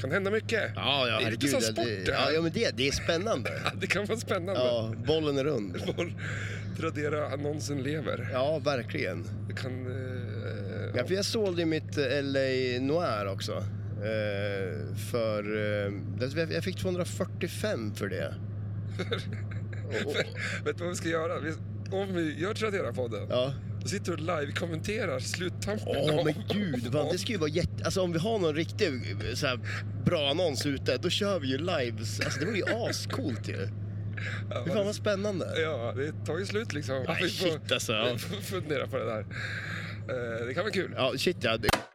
Kan hända mycket.
ja, ja
Det är lite
herregud.
som
ja,
sport
det,
det här.
ja, ja, men det, det är spännande.
Det kan vara spännande.
Ja, bollen är rund.
Var Tradera-annonsen lever.
Ja, verkligen.
Jag kan... eh,
Ja, för jag sålde ju mitt eh, LA Noir också. Eh, för... Eh, det- jag- jag fick 245 för det. Och, och,
Vet du vad vi ska göra? Vi, om vi gör Tradera-podden,
ja.
då sitter du och live-kommenterar sluttampen.
Åh
av-
men gud, vad- det ska ju vara jätte... Alltså om vi har någon riktig eh, så här, bra annons ute, då kör vi ju lives. Alltså det vore ju ascoolt ju. Fy fan vad spännande.
Ja, det tar ju slut liksom.
Nej,
vi får,
shit alltså.
vi får fundera på det där. Eh, det kan vara kul.
Ja, shit ja. Det-